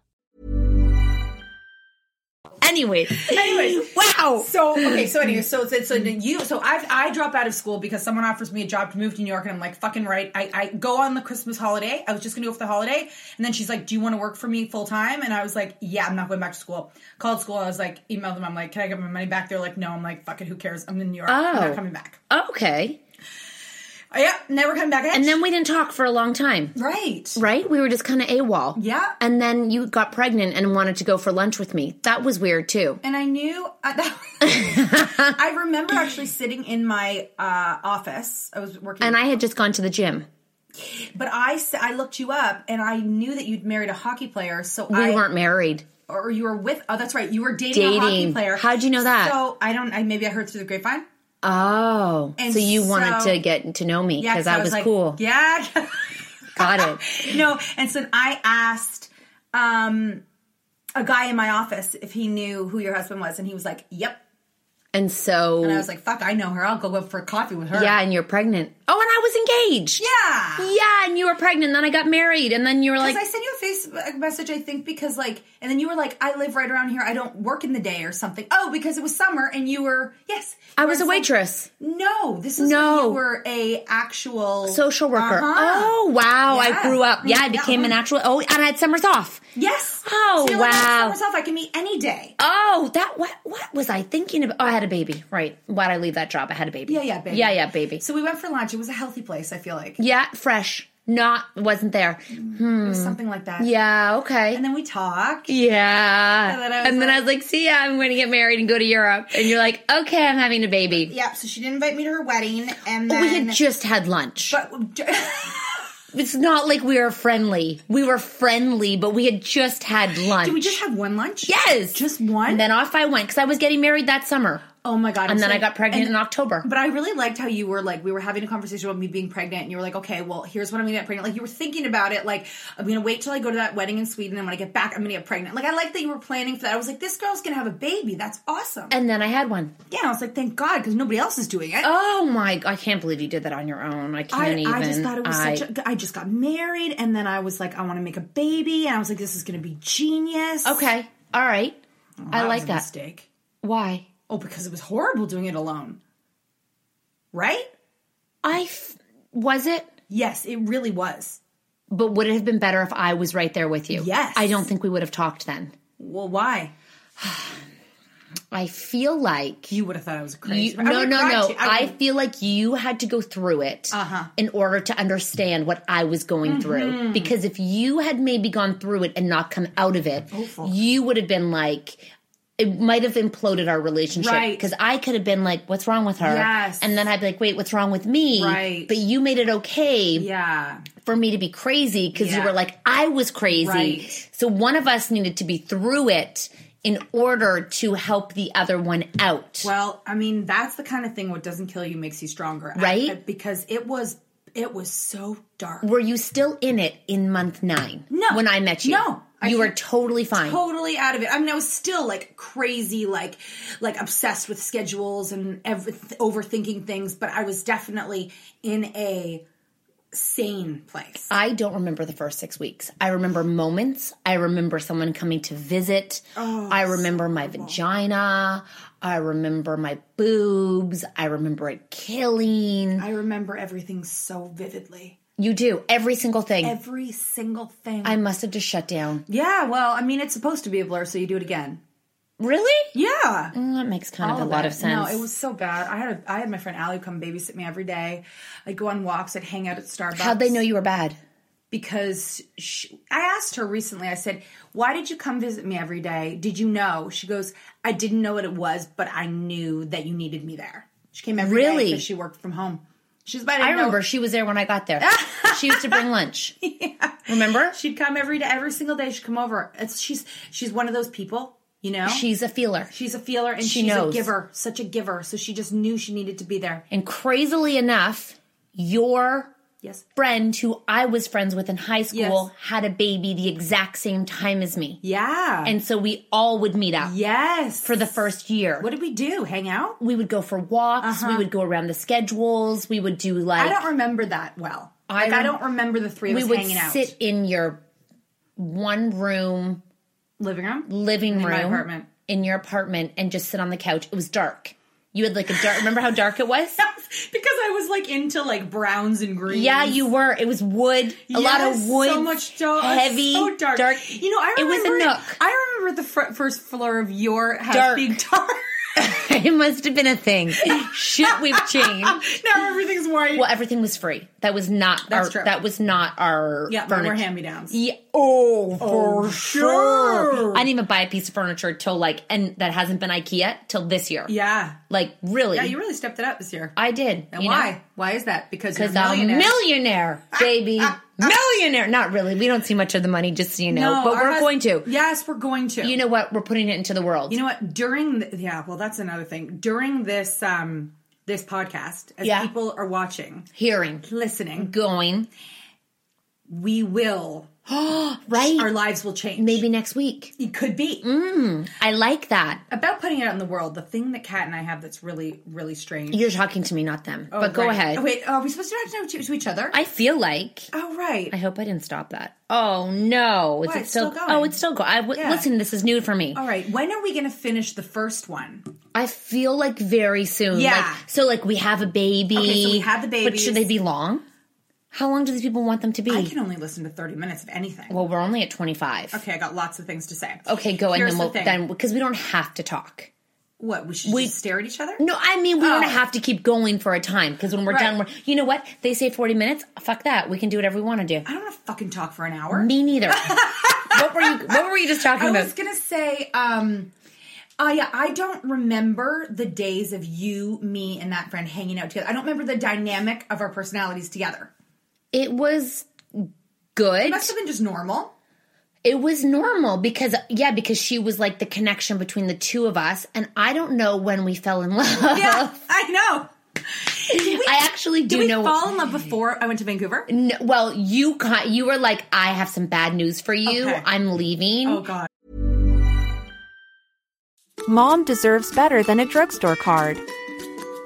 [SPEAKER 1] Anyway,
[SPEAKER 2] Anyway,
[SPEAKER 1] wow.
[SPEAKER 2] So okay, so
[SPEAKER 1] Mm-hmm.
[SPEAKER 2] anyway, so so, so you so I I drop out of school because someone offers me a job to move to New York, and I'm like, fucking right. I, I go on the Christmas holiday. I was just gonna go for the holiday, and then she's like, "Do you want to work for me full time?" And I was like, "Yeah, I'm not going back to school." Called school. I was like, emailed them. I'm like, "Can I get my money back?" They're like, "No." I'm like, "Fuck it, who cares? I'm in New York. I'm
[SPEAKER 1] Oh.
[SPEAKER 2] not coming back."
[SPEAKER 1] okay.
[SPEAKER 2] Oh, yeah, never coming back.
[SPEAKER 1] And then we didn't talk for a long time,
[SPEAKER 2] right,
[SPEAKER 1] right? We were just kind of AWOL.
[SPEAKER 2] Yeah.
[SPEAKER 1] And then you got pregnant and wanted to go for lunch with me. That was weird too.
[SPEAKER 2] and I knew I, that, I remember actually sitting in my uh, office. I was working,
[SPEAKER 1] And I had just gone to the gym.
[SPEAKER 2] but I s- I looked you up, and I knew that you'd married a hockey player. So
[SPEAKER 1] We
[SPEAKER 2] I
[SPEAKER 1] weren't married.
[SPEAKER 2] or you were with. Oh, that's right, you were dating, a hockey
[SPEAKER 1] Dating.
[SPEAKER 2] player.
[SPEAKER 1] How'd you know that?
[SPEAKER 2] So I don't. I maybe I heard through the grapevine.
[SPEAKER 1] Oh,
[SPEAKER 2] And
[SPEAKER 1] so you wanted
[SPEAKER 2] so-
[SPEAKER 1] to get to know me
[SPEAKER 2] Yeah,
[SPEAKER 1] because
[SPEAKER 2] 'cause
[SPEAKER 1] I, was,
[SPEAKER 2] like,
[SPEAKER 1] cool.
[SPEAKER 2] Yeah,
[SPEAKER 1] Got it.
[SPEAKER 2] no. And so I asked um, a guy in my office if he knew who your husband was, and he was like, "Yep."
[SPEAKER 1] And so,
[SPEAKER 2] And I was like, "Fuck, I know her. I'll go for coffee with her."
[SPEAKER 1] yeah, and you're pregnant. Oh, and I was engaged.
[SPEAKER 2] yeah.
[SPEAKER 1] Yeah, and you were pregnant. Then I got married, and then you were like,
[SPEAKER 2] Because I sent you a Facebook message, I think, because like, and then you were like, I live right around here. I don't work in the day or something. Oh, because it was summer and you were yes.
[SPEAKER 1] I
[SPEAKER 2] You
[SPEAKER 1] was
[SPEAKER 2] were
[SPEAKER 1] a
[SPEAKER 2] like-
[SPEAKER 1] waitress.
[SPEAKER 2] no, this is
[SPEAKER 1] No.
[SPEAKER 2] when you were a actual
[SPEAKER 1] social worker.
[SPEAKER 2] Uh-huh.
[SPEAKER 1] Oh wow,
[SPEAKER 2] Yeah.
[SPEAKER 1] I grew up. Yeah, I
[SPEAKER 2] Mhm,
[SPEAKER 1] became an
[SPEAKER 2] mhm.
[SPEAKER 1] actual. Oh, and I had summers off.
[SPEAKER 2] Yes.
[SPEAKER 1] Oh,
[SPEAKER 2] So you're like,
[SPEAKER 1] wow.
[SPEAKER 2] I myself, I can meet any day.
[SPEAKER 1] Oh, that what? What was I thinking about? Oh, I had a baby. Right? Why'd I leave that job? I had a baby.
[SPEAKER 2] Yeah, yeah, baby.
[SPEAKER 1] Yeah, yeah, baby.
[SPEAKER 2] So we went for lunch. It was a healthy place. I feel like
[SPEAKER 1] yeah, fresh. Not wasn't there.
[SPEAKER 2] it was something like that.
[SPEAKER 1] Hmm. Yeah. Okay.
[SPEAKER 2] And then we talked.
[SPEAKER 1] yeah.
[SPEAKER 2] And then I was like-
[SPEAKER 1] "See ya, I'm going to get married and go to Europe." And you're like, "Okay, I'm having a baby."
[SPEAKER 2] Yeah. So she didn't invite me to her wedding, and
[SPEAKER 1] But
[SPEAKER 2] then
[SPEAKER 1] Oh, we had just had lunch.
[SPEAKER 2] but,
[SPEAKER 1] it's not like we were friendly. We were friendly, but we had just had lunch.
[SPEAKER 2] Did we just have one lunch?
[SPEAKER 1] Yes.
[SPEAKER 2] Just one?
[SPEAKER 1] And then off I went because I was getting married that summer.
[SPEAKER 2] Oh my god! I'm
[SPEAKER 1] And then
[SPEAKER 2] so-
[SPEAKER 1] I got pregnant in October.
[SPEAKER 2] But I really liked how you were like we were having a conversation about me being pregnant, and you were like, "Okay, well, here's when I'm gonna get pregnant." Like you were thinking about it, like I'm gonna wait till I go to that wedding in Sweden, and when I get back, I'm gonna get pregnant. Like I like that you were planning for that. I was like, "This girl's gonna have a baby. That's awesome."
[SPEAKER 1] And then I had one.
[SPEAKER 2] yeah, I was like, "Thank God," because nobody else is doing it.
[SPEAKER 1] Oh my! I can't believe you did that on your own. I can't
[SPEAKER 2] I,
[SPEAKER 1] even.
[SPEAKER 2] I just thought it was
[SPEAKER 1] I-
[SPEAKER 2] such. A, I just got married, and then I was like, "I want to make a baby," and I was like, "This is gonna be genius."
[SPEAKER 1] okay. All right. I
[SPEAKER 2] That
[SPEAKER 1] like
[SPEAKER 2] was a
[SPEAKER 1] that.
[SPEAKER 2] mistake.
[SPEAKER 1] Why?
[SPEAKER 2] Oh, because it was horrible doing it alone, right?
[SPEAKER 1] I f- was it.
[SPEAKER 2] Yes, it really was.
[SPEAKER 1] But would it have been better if I was right there with you?
[SPEAKER 2] Yes.
[SPEAKER 1] I don't think we would have talked then.
[SPEAKER 2] Well, why?
[SPEAKER 1] I feel like
[SPEAKER 2] You would have thought I was
[SPEAKER 1] you,
[SPEAKER 2] crazy. I
[SPEAKER 1] no,
[SPEAKER 2] would've
[SPEAKER 1] no,
[SPEAKER 2] cried
[SPEAKER 1] no.
[SPEAKER 2] too.
[SPEAKER 1] I,
[SPEAKER 2] would've-
[SPEAKER 1] feel like you had to go through it in order to understand what I was going through. Because if you had maybe gone through it and not come out of it, you would have been like, it might have imploded our relationship.
[SPEAKER 2] Right.
[SPEAKER 1] Because I could have been like, what's wrong with her?
[SPEAKER 2] Yes.
[SPEAKER 1] And then I'd be like, wait, what's wrong with me?
[SPEAKER 2] Right.
[SPEAKER 1] But you made it okay
[SPEAKER 2] yeah.
[SPEAKER 1] for me to be crazy because you
[SPEAKER 2] Yeah.
[SPEAKER 1] were like, I was crazy.
[SPEAKER 2] Right.
[SPEAKER 1] So one of us needed to be through it in order to help the other one out.
[SPEAKER 2] Well, I mean, that's the kind of thing. What doesn't kill you makes you stronger, I-
[SPEAKER 1] Right?
[SPEAKER 2] I- because it was it was so dark.
[SPEAKER 1] Were you still in it in month nine?
[SPEAKER 2] No.
[SPEAKER 1] When I met you?
[SPEAKER 2] No. I
[SPEAKER 1] You were
[SPEAKER 2] feel-
[SPEAKER 1] totally fine.
[SPEAKER 2] Totally out of it. I mean, I was still like crazy, like like obsessed with schedules and every, overthinking things. But I was definitely in a sane place.
[SPEAKER 1] I don't remember the first six weeks. I remember moments. I remember someone coming to visit.
[SPEAKER 2] Oh,
[SPEAKER 1] I remember my vagina. I remember my boobs. I remember it killing.
[SPEAKER 2] I remember everything so vividly.
[SPEAKER 1] You do. Every single thing.
[SPEAKER 2] Every single thing.
[SPEAKER 1] I must have just shut down.
[SPEAKER 2] yeah, well, I mean, it's supposed to be a blur, so you do it again.
[SPEAKER 1] Really?
[SPEAKER 2] Yeah.
[SPEAKER 1] Mm, that makes kind of a
[SPEAKER 2] All
[SPEAKER 1] lot
[SPEAKER 2] it.
[SPEAKER 1] of sense.
[SPEAKER 2] No, it was so bad. I had a, I had my friend Allie come babysit me every day. I'd go on walks. I'd hang out at Starbucks.
[SPEAKER 1] How'd they know you were bad?
[SPEAKER 2] Because she, I asked her recently. I said, "Why did you come visit me every day? Did you know?" She goes, "I didn't know what it was, but I knew that you needed me there." She came every day
[SPEAKER 1] Really?
[SPEAKER 2] because she worked from home. She's by
[SPEAKER 1] I remember she was there when I got there. she used to bring lunch. Remember?
[SPEAKER 2] she'd come every day, every single day. She'd come over. It's, she's she's one of those people, you know.
[SPEAKER 1] She's a feeler.
[SPEAKER 2] she's a feeler and
[SPEAKER 1] She
[SPEAKER 2] she's
[SPEAKER 1] knows.
[SPEAKER 2] a giver, such a giver. So she just knew she needed to be there.
[SPEAKER 1] And crazily enough, your
[SPEAKER 2] Yes.
[SPEAKER 1] friend who I was friends with in high school
[SPEAKER 2] Yes.
[SPEAKER 1] had a baby the exact same time as me.
[SPEAKER 2] Yeah.
[SPEAKER 1] And so we all would meet up
[SPEAKER 2] yes.
[SPEAKER 1] for the first year.
[SPEAKER 2] what did we do? Hang out?
[SPEAKER 1] we would go for walks, we would go around the schedules, we would do like
[SPEAKER 2] I don't remember that well.
[SPEAKER 1] I
[SPEAKER 2] I like I
[SPEAKER 1] rem-
[SPEAKER 2] don't remember the three of
[SPEAKER 1] we
[SPEAKER 2] us
[SPEAKER 1] would
[SPEAKER 2] hanging out.
[SPEAKER 1] sit in your one room
[SPEAKER 2] living room.
[SPEAKER 1] living room
[SPEAKER 2] my apartment.
[SPEAKER 1] in your apartment and just sit on the couch. It was dark. You had like a dark. Remember how dark it was?
[SPEAKER 2] because I was like into like browns and greens.
[SPEAKER 1] Yeah, you were. It was wood. A lot
[SPEAKER 2] Yes,
[SPEAKER 1] of wood.
[SPEAKER 2] So much dark.
[SPEAKER 1] Heavy.
[SPEAKER 2] So dark. You know, I remember.
[SPEAKER 1] It was a nook.
[SPEAKER 2] I remember the fr- first floor of your house
[SPEAKER 1] Dark.
[SPEAKER 2] being dark.
[SPEAKER 1] it must have been a thing. Shit, we've changed.
[SPEAKER 2] now everything's white.
[SPEAKER 1] Well, everything was free. That was not
[SPEAKER 2] That's
[SPEAKER 1] our.
[SPEAKER 2] true.
[SPEAKER 1] That was not our.
[SPEAKER 2] yeah, mine were
[SPEAKER 1] furniture.
[SPEAKER 2] hand me downs.
[SPEAKER 1] Yeah. Oh, for sure. I didn't even buy a piece of furniture till like, and that hasn't been IKEA till this year.
[SPEAKER 2] Yeah.
[SPEAKER 1] Like really.
[SPEAKER 2] Yeah, you really stepped it up this year.
[SPEAKER 1] I did.
[SPEAKER 2] and
[SPEAKER 1] you know?
[SPEAKER 2] why? Why is that? Because you're a
[SPEAKER 1] Because I'm
[SPEAKER 2] millionaire.
[SPEAKER 1] a millionaire, baby. millionaire. Not really. We don't see much of the money, just so you know.
[SPEAKER 2] No,
[SPEAKER 1] but
[SPEAKER 2] our
[SPEAKER 1] we're
[SPEAKER 2] hus-
[SPEAKER 1] going to.
[SPEAKER 2] Yes, we're going to.
[SPEAKER 1] You know what? We're putting it into the world.
[SPEAKER 2] You know what? During the, yeah, well, that's another thing. During this um this podcast, as
[SPEAKER 1] Yeah.
[SPEAKER 2] people are watching,
[SPEAKER 1] Hearing,
[SPEAKER 2] listening,
[SPEAKER 1] going,
[SPEAKER 2] we will
[SPEAKER 1] right? Mm.
[SPEAKER 2] our lives will change.
[SPEAKER 1] Maybe next week.
[SPEAKER 2] It could be.
[SPEAKER 1] I like that.
[SPEAKER 2] About putting it out in the world, the thing that Kat and I have that's really, really strange.
[SPEAKER 1] You're talking to me, not them.
[SPEAKER 2] Oh,
[SPEAKER 1] but go
[SPEAKER 2] right.
[SPEAKER 1] ahead.
[SPEAKER 2] Oh, wait, are we supposed to talk to, to each other?
[SPEAKER 1] I feel like.
[SPEAKER 2] oh, right.
[SPEAKER 1] I hope I didn't stop that. Oh no! Is
[SPEAKER 2] Why,
[SPEAKER 1] it
[SPEAKER 2] it's
[SPEAKER 1] still?
[SPEAKER 2] still going.
[SPEAKER 1] Oh, it's still going. I w-
[SPEAKER 2] Yeah. Oh.
[SPEAKER 1] listen. This is new for me.
[SPEAKER 2] All right. When are we going to finish the first one?
[SPEAKER 1] I feel like very soon.
[SPEAKER 2] Yeah.
[SPEAKER 1] Like, so like we have a baby.
[SPEAKER 2] Okay, so we had the
[SPEAKER 1] But should
[SPEAKER 2] babies.
[SPEAKER 1] they be long? How long do these people want them to be?
[SPEAKER 2] I can only listen to 30 minutes of anything.
[SPEAKER 1] Well, we're only at 25.
[SPEAKER 2] okay, I got lots of things to say.
[SPEAKER 1] Okay, go and
[SPEAKER 2] Here's
[SPEAKER 1] then
[SPEAKER 2] the
[SPEAKER 1] we'll,
[SPEAKER 2] thing.
[SPEAKER 1] then because we don't have to talk.
[SPEAKER 2] What, we should
[SPEAKER 1] We-
[SPEAKER 2] just stare at each other?
[SPEAKER 1] No, I mean we don't
[SPEAKER 2] Oh.
[SPEAKER 1] have to keep going for a time because when we're done, we're
[SPEAKER 2] Right.
[SPEAKER 1] you know what they say forty minutes. Fuck that, we can do whatever we want to do.
[SPEAKER 2] I don't want to fucking talk for an hour.
[SPEAKER 1] Me neither. what were you? What were you just talking
[SPEAKER 2] I
[SPEAKER 1] about?
[SPEAKER 2] was gonna say, um, I I don't remember the days of you, me, and that friend hanging out together. I don't remember the dynamic of our personalities together.
[SPEAKER 1] it was good.
[SPEAKER 2] It must have been just normal.
[SPEAKER 1] It was normal because yeah, because she was like the connection between the two of us, and I don't know when we fell in love.
[SPEAKER 2] Yeah, I know. Did we-
[SPEAKER 1] I actually do
[SPEAKER 2] did we
[SPEAKER 1] know-
[SPEAKER 2] fall in love before I went to Vancouver?
[SPEAKER 1] N- Well, you ki- you were like, I have some bad news for you.
[SPEAKER 2] Okay.
[SPEAKER 1] I'm leaving.
[SPEAKER 2] Oh God.
[SPEAKER 4] Mom deserves better than a drugstore card.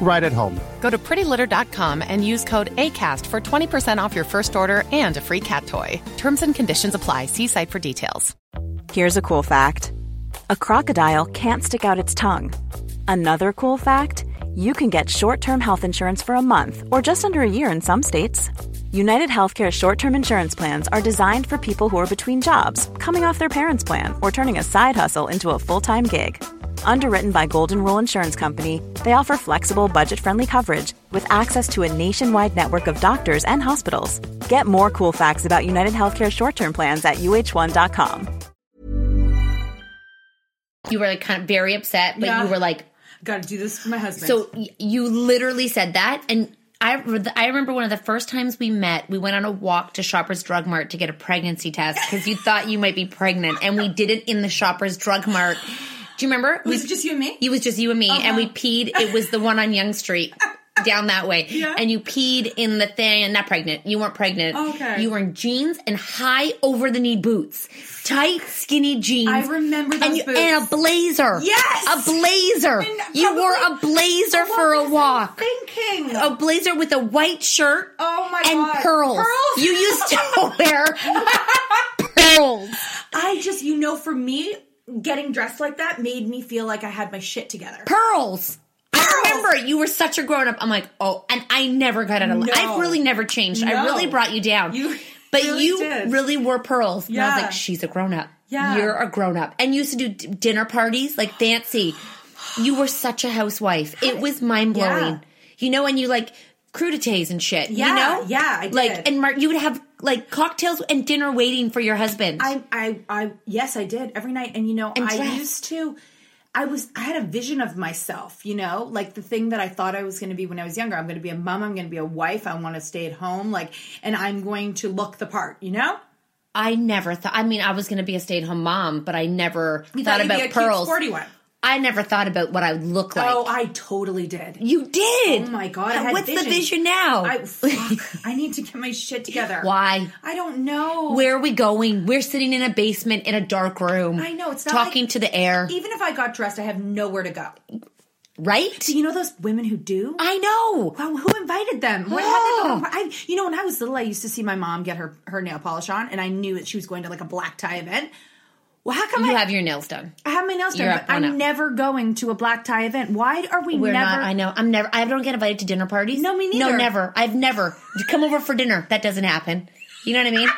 [SPEAKER 6] right at home.
[SPEAKER 7] Go to prettylitter.com and use code ACAST for 20% off your first order and a free cat toy. Terms and conditions apply. See site for details.
[SPEAKER 8] Here's a cool fact a crocodile can't stick out its tongue. Another cool fact you can get short term health insurance for a month or just under a year in some states. United Healthcare short term insurance plans are designed for people who are between jobs, coming off their parents' plan, or turning a side hustle into a full time gig. Underwritten by Golden Rule Insurance Company, they offer flexible, budget friendly coverage with access to a nationwide network of doctors and hospitals. Get more cool facts about United Healthcare short term plans at uh1.com.
[SPEAKER 1] You were like kind of very upset, but
[SPEAKER 2] Yeah.
[SPEAKER 1] you were like,
[SPEAKER 2] Got to do this for my husband.
[SPEAKER 1] so y- you literally said that, and I re- I remember one of the first times we met, we went on a walk to Shoppers Drug Mart to get a pregnancy test because you thought you might be pregnant, and we did it in the Shoppers Drug Mart. Do you remember?
[SPEAKER 2] was it just you and me? Uh-huh.
[SPEAKER 1] It was just you and me, and we peed. It was the one on Young Street. Down that way, and you peed in the thing, and not pregnant. You weren't pregnant.
[SPEAKER 2] Okay.
[SPEAKER 1] you were in jeans and high over the knee boots, tight skinny jeans.
[SPEAKER 2] I remember
[SPEAKER 1] and,
[SPEAKER 2] those
[SPEAKER 1] you,
[SPEAKER 2] boots.
[SPEAKER 1] and a blazer.
[SPEAKER 2] Yes!
[SPEAKER 1] a blazer.
[SPEAKER 2] And
[SPEAKER 1] You wore a blazer for a walk. Oh.
[SPEAKER 2] Thinking.
[SPEAKER 1] A blazer with a white shirt.
[SPEAKER 2] Oh my
[SPEAKER 1] and
[SPEAKER 2] God.
[SPEAKER 1] pearls.
[SPEAKER 2] Pearls?
[SPEAKER 1] You used to wear pearls.
[SPEAKER 2] I just, you know, for me, getting dressed like that made me feel like I had my shit together.
[SPEAKER 1] Pearls. I remember you were such a grown up. I'm like, oh, and I never got out of line.
[SPEAKER 2] No.
[SPEAKER 1] I've really never changed. I
[SPEAKER 2] No.
[SPEAKER 1] really brought you down.
[SPEAKER 2] You
[SPEAKER 1] but
[SPEAKER 2] really
[SPEAKER 1] you
[SPEAKER 2] did.
[SPEAKER 1] really wore pearls. And I was
[SPEAKER 2] Yeah.
[SPEAKER 1] like, she's a grown up.
[SPEAKER 2] Yeah.
[SPEAKER 1] You're a grown up. And you used to do d- dinner parties, like fancy. You were such a housewife. It was mind blowing.
[SPEAKER 2] Yeah.
[SPEAKER 1] You know, and you like crudités and shit.
[SPEAKER 2] Yeah,
[SPEAKER 1] You know?
[SPEAKER 2] yeah, I
[SPEAKER 1] Like,
[SPEAKER 2] did.
[SPEAKER 1] and Mark, you would have like cocktails and dinner waiting for your husband.
[SPEAKER 2] I, I, I, yes, I did every night. And you know,
[SPEAKER 1] And
[SPEAKER 2] I
[SPEAKER 1] dressed.
[SPEAKER 2] used to, I was, I had a vision of myself, you know, like the thing that I thought I was going to be when I was younger. I'm going to be a mom. I'm going to be a wife. I want to stay at home. Like, and I'm going to look the part, you know?
[SPEAKER 1] I never thought. I mean, I was going to be a stay-at-home mom, but I never
[SPEAKER 2] You
[SPEAKER 1] thought
[SPEAKER 2] you'd be
[SPEAKER 1] about
[SPEAKER 2] a cute,
[SPEAKER 1] pearls.
[SPEAKER 2] sporty one.
[SPEAKER 1] I never thought about what I would look like.
[SPEAKER 2] oh, I totally did.
[SPEAKER 1] you did.
[SPEAKER 2] Oh my god! I
[SPEAKER 1] Now,
[SPEAKER 2] had
[SPEAKER 1] What's the
[SPEAKER 2] visions.
[SPEAKER 1] vision now?
[SPEAKER 2] I, fuck, Oh. I need to get my shit together.
[SPEAKER 1] Why?
[SPEAKER 2] I don't know.
[SPEAKER 1] Where are we going? We're sitting in a basement in a dark room.
[SPEAKER 2] I know it's not
[SPEAKER 1] talking
[SPEAKER 2] like-
[SPEAKER 1] to the air,
[SPEAKER 2] Even if I got dressed, I have nowhere to go.
[SPEAKER 1] right?
[SPEAKER 2] Do you know those women who do?
[SPEAKER 1] I know.
[SPEAKER 2] Wow, who invited them? What
[SPEAKER 1] Oh.
[SPEAKER 2] happened? to them? I, you know, when I was little, I used to see my mom get her her nail polish on, and I knew that she was going to like a black tie event. Well, how come
[SPEAKER 1] You
[SPEAKER 2] I,
[SPEAKER 1] have your nails done.
[SPEAKER 2] I have my nails
[SPEAKER 1] You're
[SPEAKER 2] done,
[SPEAKER 1] up
[SPEAKER 2] but I'm
[SPEAKER 1] one up.
[SPEAKER 2] never going to a black tie event? Why are we
[SPEAKER 1] We're
[SPEAKER 2] never?
[SPEAKER 1] not. I know. I'm never. I don't get invited to dinner parties.
[SPEAKER 2] No, me
[SPEAKER 1] No,
[SPEAKER 2] neither.
[SPEAKER 1] never. I've never. You come over for dinner. That doesn't happen. You know what I mean?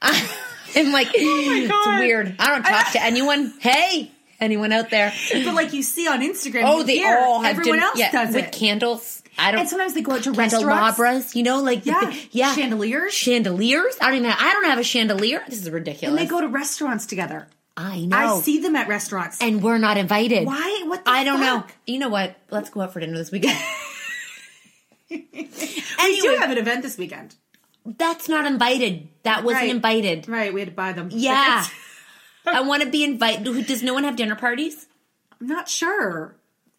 [SPEAKER 1] I'm like,
[SPEAKER 2] Oh
[SPEAKER 1] it's weird. I don't talk to anyone. Hey, anyone out there?
[SPEAKER 2] But like you see on Instagram,
[SPEAKER 1] Oh,
[SPEAKER 2] you
[SPEAKER 1] they
[SPEAKER 2] hear,
[SPEAKER 1] all have
[SPEAKER 2] everyone
[SPEAKER 1] dinner-
[SPEAKER 2] else
[SPEAKER 1] yeah,
[SPEAKER 2] does
[SPEAKER 1] with
[SPEAKER 2] it.
[SPEAKER 1] candles. I don't.
[SPEAKER 2] And sometimes they go out to restaurants.
[SPEAKER 1] candelabras. You know, like the
[SPEAKER 2] Yeah.
[SPEAKER 1] thi- yeah,
[SPEAKER 2] Chandeliers.
[SPEAKER 1] chandeliers. I don't even. I don't have a chandelier. This is ridiculous.
[SPEAKER 2] And they go to restaurants together.
[SPEAKER 1] I know.
[SPEAKER 2] I see them at restaurants.
[SPEAKER 1] and we're not invited.
[SPEAKER 2] Why? What the
[SPEAKER 1] I don't know.
[SPEAKER 2] fuck?
[SPEAKER 1] You know what? Let's go out for dinner this weekend.
[SPEAKER 2] we do
[SPEAKER 1] anyway.
[SPEAKER 2] have an event this weekend.
[SPEAKER 1] That's not invited. That wasn't
[SPEAKER 2] Right.
[SPEAKER 1] invited.
[SPEAKER 2] Right, we had to buy them.
[SPEAKER 1] Yeah.
[SPEAKER 2] tickets.
[SPEAKER 1] I want to be invited. Who- Does no one have dinner parties?
[SPEAKER 2] I'm not sure.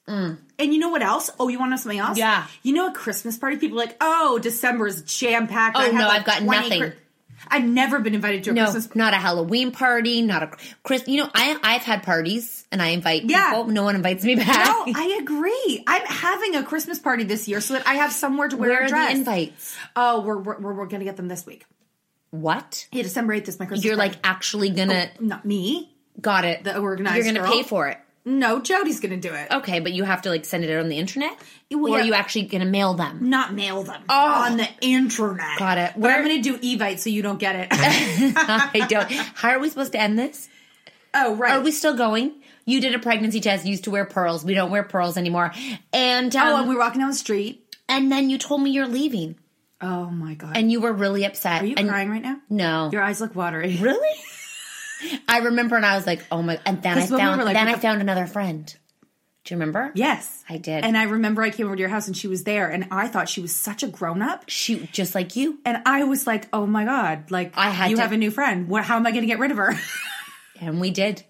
[SPEAKER 2] And you know what else? Oh, you want to know something else?
[SPEAKER 1] Mm. Yeah.
[SPEAKER 2] You know, at Christmas party, people are like, oh, December is jam packed.
[SPEAKER 1] Oh, no, I've got nothing.
[SPEAKER 2] I've never been invited to a
[SPEAKER 1] No,
[SPEAKER 2] Christmas party.
[SPEAKER 1] not a Halloween party, not a Chris. You know, I I've had parties and I invite
[SPEAKER 2] Yeah.
[SPEAKER 1] people. No one invites me back.
[SPEAKER 2] No, I agree. I'm having a Christmas party this year so that I have somewhere to wear
[SPEAKER 1] Where
[SPEAKER 2] a
[SPEAKER 1] are
[SPEAKER 2] dress.
[SPEAKER 1] the invites?
[SPEAKER 2] Oh, we're we're, we're, we're going to get them this week.
[SPEAKER 1] What?
[SPEAKER 2] Yeah, December 8th is my Christmas
[SPEAKER 1] You're
[SPEAKER 2] party.
[SPEAKER 1] like actually gonna
[SPEAKER 2] not me.
[SPEAKER 1] got it.
[SPEAKER 2] Oh. The organized
[SPEAKER 1] You're gonna
[SPEAKER 2] girl.
[SPEAKER 1] pay for it.
[SPEAKER 2] No, Jody's going to do it.
[SPEAKER 1] Okay, but you have to like send it out on the internet,
[SPEAKER 2] Well,
[SPEAKER 1] or are
[SPEAKER 2] yeah.
[SPEAKER 1] you actually gonna mail them?
[SPEAKER 2] not mail them on the internet.
[SPEAKER 1] Oh. Got it.
[SPEAKER 2] But
[SPEAKER 1] Where-
[SPEAKER 2] I'm going to do Evite so you don't get it.
[SPEAKER 1] I don't. How are we supposed to end this?
[SPEAKER 2] oh, right.
[SPEAKER 1] Are we still going? You did a pregnancy test. Used to wear pearls. We don't wear pearls anymore. And um,
[SPEAKER 2] oh, and we were walking down the street.
[SPEAKER 1] and then you told me you're leaving,
[SPEAKER 2] Oh my god.
[SPEAKER 1] and you were really upset.
[SPEAKER 2] Are you
[SPEAKER 1] and,
[SPEAKER 2] crying right now?
[SPEAKER 1] No.
[SPEAKER 2] Your eyes look watery.
[SPEAKER 1] Really? I remember, and I was like, "Oh my!" And then I
[SPEAKER 2] 'Cause when we
[SPEAKER 1] found,
[SPEAKER 2] were, like,
[SPEAKER 1] then
[SPEAKER 2] with
[SPEAKER 1] I
[SPEAKER 2] the-
[SPEAKER 1] found another friend. Do you remember?
[SPEAKER 2] Yes.
[SPEAKER 1] I did.
[SPEAKER 2] And I remember I came over to your house and she was there and I thought she was such a grown up.
[SPEAKER 1] she just like you.
[SPEAKER 2] And I was like, oh my God, like
[SPEAKER 1] I had
[SPEAKER 2] you
[SPEAKER 1] to-
[SPEAKER 2] have a new friend. What, how am I going to get rid of her?
[SPEAKER 1] And we did.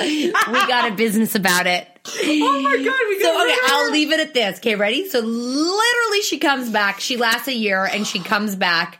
[SPEAKER 1] we got a business about it.
[SPEAKER 2] Oh my god, we
[SPEAKER 1] So
[SPEAKER 2] got
[SPEAKER 1] okay, I'll leave it at this. Okay, ready? So literally she comes back. She lasts a year and she comes back.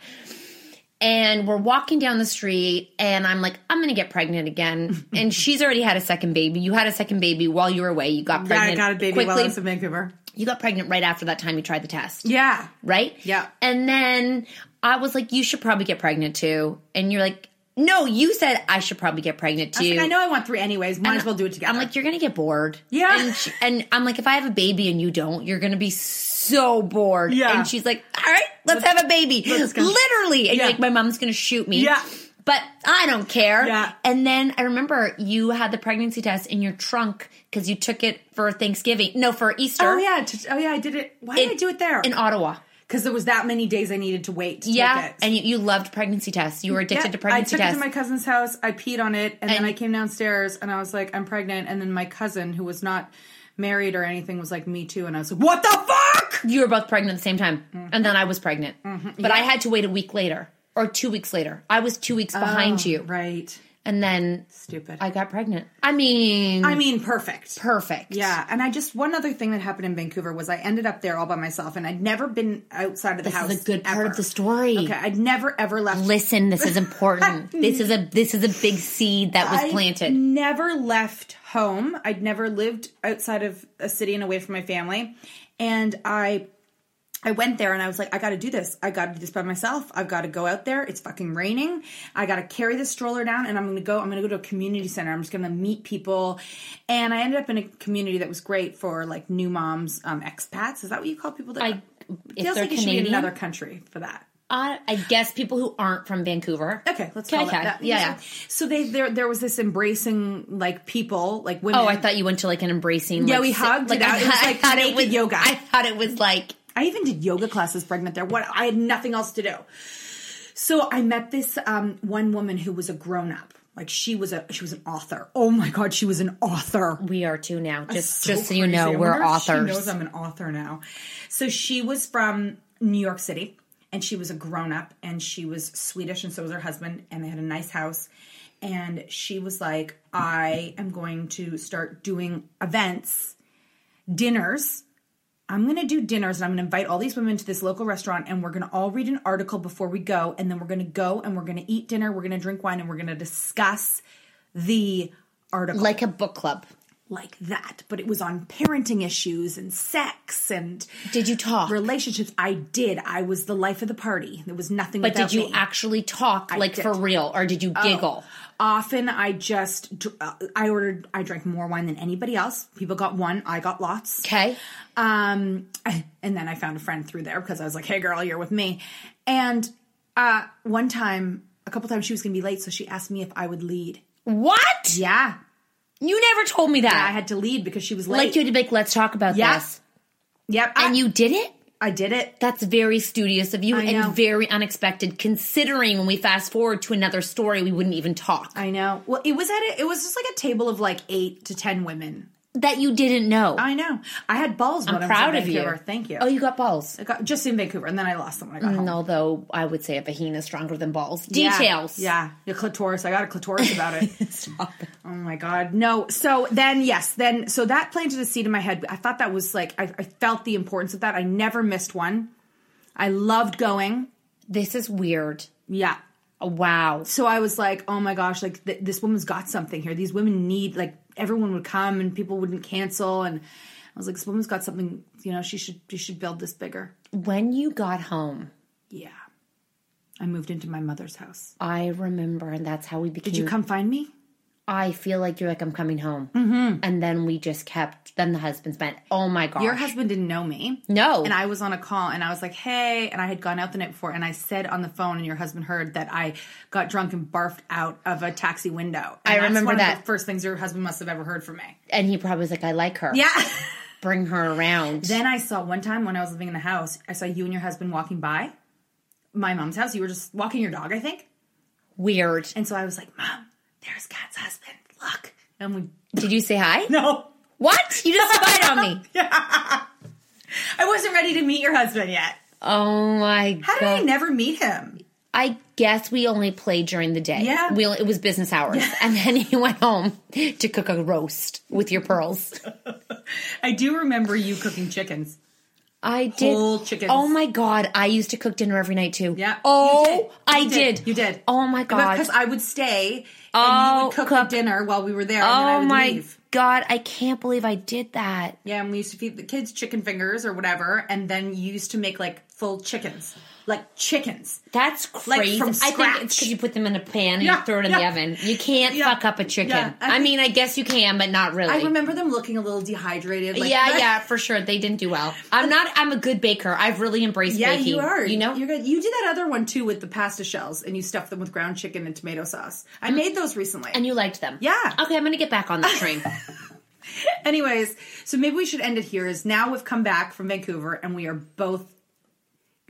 [SPEAKER 1] And we're walking down the street and I'm like, I'm gonna get pregnant again. And she's already had a second baby. You had a second baby while you were away. You got
[SPEAKER 2] Yeah,
[SPEAKER 1] pregnant.
[SPEAKER 2] I got a baby
[SPEAKER 1] quickly.
[SPEAKER 2] while I was in Vancouver.
[SPEAKER 1] You got pregnant right after that time you tried the test.
[SPEAKER 2] Yeah.
[SPEAKER 1] Right?
[SPEAKER 2] Yeah.
[SPEAKER 1] And then I was like, you should probably get pregnant too. And you're like, no, you said I should probably get pregnant
[SPEAKER 2] I
[SPEAKER 1] too.
[SPEAKER 2] was like, I know I want three anyways. Might as well do it together.
[SPEAKER 1] I'm like, you're gonna get bored.
[SPEAKER 2] Yeah.
[SPEAKER 1] And, she, and I'm like, if I have a baby and you don't, you're gonna be so bored.
[SPEAKER 2] Yeah.
[SPEAKER 1] And she's like, all right, let's have a baby.
[SPEAKER 2] let's go.
[SPEAKER 1] Literally. And
[SPEAKER 2] Yeah.
[SPEAKER 1] you're like, my mom's gonna shoot me.
[SPEAKER 2] Yeah.
[SPEAKER 1] But I don't care.
[SPEAKER 2] Yeah.
[SPEAKER 1] And then I remember you had the pregnancy test in your trunk because you took it for Thanksgiving. No, for Easter.
[SPEAKER 2] Oh yeah, t- oh yeah, I did it. Why did I do it there?
[SPEAKER 1] In Ottawa.
[SPEAKER 2] Because there was that many days I needed to wait. To
[SPEAKER 1] yeah.
[SPEAKER 2] take it.
[SPEAKER 1] And you, you loved pregnancy tests. You were addicted
[SPEAKER 2] Yeah,
[SPEAKER 1] to pregnancy
[SPEAKER 2] I took
[SPEAKER 1] tests.
[SPEAKER 2] it to my cousin's house. I peed on it, and, then
[SPEAKER 1] And-
[SPEAKER 2] I came downstairs and I was like, "I'm pregnant." And then my cousin, who was not married or anything, was like, "Me too." And I was like, "What the fuck?"
[SPEAKER 1] You were both pregnant at the same time. And then I was pregnant.
[SPEAKER 2] Mm-hmm.
[SPEAKER 1] But I had to wait a week later or two weeks later. I was two weeks behind you.
[SPEAKER 2] Oh, Right.
[SPEAKER 1] And then
[SPEAKER 2] Stupid.
[SPEAKER 1] I got pregnant. I mean,
[SPEAKER 2] I mean, perfect.
[SPEAKER 1] perfect.
[SPEAKER 2] Yeah, and I just one other thing that happened in Vancouver was I ended up there all by myself, and I'd never been outside of the
[SPEAKER 1] This
[SPEAKER 2] house.
[SPEAKER 1] is a good part
[SPEAKER 2] ever.
[SPEAKER 1] of the story.
[SPEAKER 2] Okay, I'd never ever left.
[SPEAKER 1] Listen, this is important. this is a this is a big seed that was
[SPEAKER 2] I
[SPEAKER 1] planted.
[SPEAKER 2] Never left home. I'd never lived outside of a city and away from my family. And I I went there and I was like, I gotta do this. I gotta do this by myself. I've gotta go out there. It's fucking raining. I gotta carry the stroller down and I'm gonna go, I'm gonna go to a community center. I'm just gonna meet people. And I ended up in a community that was great for like new moms, um, expats. Is that what you call people that
[SPEAKER 1] I- if
[SPEAKER 2] feels
[SPEAKER 1] they're
[SPEAKER 2] like you should be in
[SPEAKER 1] Canadian?
[SPEAKER 2] another country for that?
[SPEAKER 1] I, I guess people who aren't from Vancouver.
[SPEAKER 2] Okay, let's call
[SPEAKER 1] Okay,
[SPEAKER 2] it that.
[SPEAKER 1] yeah, yeah.
[SPEAKER 2] So they there there was this embracing like people like women.
[SPEAKER 1] Oh, I thought you went to like an embracing.
[SPEAKER 2] Yeah,
[SPEAKER 1] like,
[SPEAKER 2] we
[SPEAKER 1] si-
[SPEAKER 2] hugged it out.
[SPEAKER 1] I,
[SPEAKER 2] It was
[SPEAKER 1] I
[SPEAKER 2] like
[SPEAKER 1] thought it
[SPEAKER 2] naked
[SPEAKER 1] was
[SPEAKER 2] yoga.
[SPEAKER 1] I thought it was like
[SPEAKER 2] I even did yoga classes pregnant there. What I had nothing else to do. So I met this um, one woman who was a grown up. Like she was a she was an author. Oh my god, she was an author.
[SPEAKER 1] we are too now. Just
[SPEAKER 2] so
[SPEAKER 1] just so you
[SPEAKER 2] crazy. I
[SPEAKER 1] know, we're
[SPEAKER 2] wonder if
[SPEAKER 1] authors.
[SPEAKER 2] She knows I'm an author now. So she was from New York City, and she was a grown up, and she was Swedish, and so was her husband, and they had a nice house. And she was like, "I am going to start doing events, dinners." I'm gonna do dinners and I'm gonna invite all these women to this local restaurant and we're gonna all read an article before we go and then we're gonna go and we're gonna eat dinner, we're gonna drink wine, and we're gonna discuss the article
[SPEAKER 1] like a book club.
[SPEAKER 2] like that, but it was on parenting issues and sex and
[SPEAKER 1] Did you talk?
[SPEAKER 2] relationships. I did. I was the life of the party. There was nothing.
[SPEAKER 1] But
[SPEAKER 2] without
[SPEAKER 1] did you
[SPEAKER 2] me.
[SPEAKER 1] actually talk like
[SPEAKER 2] did. Oh.
[SPEAKER 1] for real, or did you giggle?
[SPEAKER 2] Often I just dr- uh, I ordered. I drank more wine than anybody else. People got one. I got lots.
[SPEAKER 1] Okay.
[SPEAKER 2] Um, and then I found a friend through there because I was like, "Hey, girl, you're with me." And uh, one time, a couple times, she was gonna be late, so she asked me if I would lead.
[SPEAKER 1] What?
[SPEAKER 2] Yeah,
[SPEAKER 1] You never told me that.
[SPEAKER 2] I had to lead because she was late.
[SPEAKER 1] like you had to be like, let's talk about
[SPEAKER 2] Yeah.
[SPEAKER 1] this.
[SPEAKER 2] Yep,
[SPEAKER 1] And
[SPEAKER 2] I,
[SPEAKER 1] you did it?
[SPEAKER 2] I did it.
[SPEAKER 1] That's very studious of you
[SPEAKER 2] I know.
[SPEAKER 1] and very unexpected, considering when we fast forward to another story, we wouldn't even talk.
[SPEAKER 2] I know. Well, it was at a, it was just like a table of like eight to ten women.
[SPEAKER 1] that you didn't know.
[SPEAKER 2] I know. I had balls. When
[SPEAKER 1] I'm
[SPEAKER 2] I was
[SPEAKER 1] proud
[SPEAKER 2] in
[SPEAKER 1] of you.
[SPEAKER 2] Vancouver. Thank you.
[SPEAKER 1] Oh, you got balls.
[SPEAKER 2] I got, just in Vancouver, and then I lost them when I got home.
[SPEAKER 1] And although I would say a vagina is stronger than balls.
[SPEAKER 2] Yeah.
[SPEAKER 1] Details.
[SPEAKER 2] Yeah, the clitoris. I got a clitoris about it. Oh my god, no. So then, yes, then so that planted a seed in my head. I thought that was like I, I felt the importance of that. I never missed one. I loved going.
[SPEAKER 1] This is weird.
[SPEAKER 2] Yeah.
[SPEAKER 1] Oh, wow.
[SPEAKER 2] So I was like, oh my gosh, like th- this woman's got something here. These women need like everyone would come and people wouldn't cancel. And I was like, this woman's got something. You know, she should she should build this bigger.
[SPEAKER 1] When you got home,
[SPEAKER 2] Yeah. I moved into my mother's house.
[SPEAKER 1] I remember, and that's how we became.
[SPEAKER 2] Did you come find me?
[SPEAKER 1] I feel like you're like, I'm coming home. Mm-hmm. And then we just kept, then the husband's bent. Oh my God.
[SPEAKER 2] Your husband didn't know me.
[SPEAKER 1] No.
[SPEAKER 2] And I was on a call and I was like, hey. And I had gone out the night before and I said on the phone, and your husband heard that I got drunk and barfed out of a taxi window.
[SPEAKER 1] I
[SPEAKER 2] And that's
[SPEAKER 1] remember
[SPEAKER 2] one Of the
[SPEAKER 1] that.
[SPEAKER 2] first things your husband must have ever heard from me.
[SPEAKER 1] and he probably was like, I like her.
[SPEAKER 2] Yeah.
[SPEAKER 1] Bring her around.
[SPEAKER 2] Then I saw one time when I was living in the house, I saw you and your husband walking by my mom's house. You were just walking your dog, I think.
[SPEAKER 1] Weird.
[SPEAKER 2] And so I was like, Mom, there's Kat's husband. Look. And we,
[SPEAKER 1] Did you say hi?
[SPEAKER 2] no,
[SPEAKER 1] What? You just spied on me.
[SPEAKER 2] I wasn't ready to meet your husband yet.
[SPEAKER 1] Oh my
[SPEAKER 2] How did
[SPEAKER 1] god.
[SPEAKER 2] I never meet him?
[SPEAKER 1] I guess we only played during the day. Yeah. We, it was business hours. And then he went home to cook a roast with your pearls.
[SPEAKER 2] I do remember you cooking chickens.
[SPEAKER 1] I did.
[SPEAKER 2] Whole chickens.
[SPEAKER 1] Oh my God. I used to cook dinner every night too. Yeah.
[SPEAKER 2] You
[SPEAKER 1] Oh,
[SPEAKER 2] did.
[SPEAKER 1] I
[SPEAKER 2] You
[SPEAKER 1] did.
[SPEAKER 2] You did.
[SPEAKER 1] Oh my God.
[SPEAKER 2] Because I would stay and you
[SPEAKER 1] Oh,
[SPEAKER 2] would cook,
[SPEAKER 1] cook.
[SPEAKER 2] the dinner while we were there. and then I
[SPEAKER 1] Oh
[SPEAKER 2] would
[SPEAKER 1] my
[SPEAKER 2] leave.
[SPEAKER 1] God. I can't believe I did that.
[SPEAKER 2] Yeah, and we used to feed the kids chicken fingers or whatever, and then you used to make like full chickens, like chickens.
[SPEAKER 1] That's
[SPEAKER 2] Like
[SPEAKER 1] crazy.
[SPEAKER 2] from
[SPEAKER 1] I think it's
[SPEAKER 2] scratch.
[SPEAKER 1] because you put them in a pan and
[SPEAKER 2] Yeah,
[SPEAKER 1] you throw it in the
[SPEAKER 2] yeah.
[SPEAKER 1] oven. You can't
[SPEAKER 2] Yeah,
[SPEAKER 1] fuck up a chicken.
[SPEAKER 2] yeah. I
[SPEAKER 1] I, mean, I guess you can, but not really.
[SPEAKER 2] I remember them looking a little dehydrated. Like,
[SPEAKER 1] yeah, yeah, for sure. They didn't do well. I'm not. I'm a good baker. I've really embraced
[SPEAKER 2] Yeah,
[SPEAKER 1] baking.
[SPEAKER 2] you are.
[SPEAKER 1] You know,
[SPEAKER 2] you're good. You did that other one too with the pasta shells, and you stuffed them with ground chicken and tomato sauce. I made those recently,
[SPEAKER 1] Mm-hmm. and you liked them.
[SPEAKER 2] Yeah.
[SPEAKER 1] Okay, I'm gonna get back on the train.
[SPEAKER 2] Anyways, so maybe we should end it here. Is now we've come back from Vancouver and we are both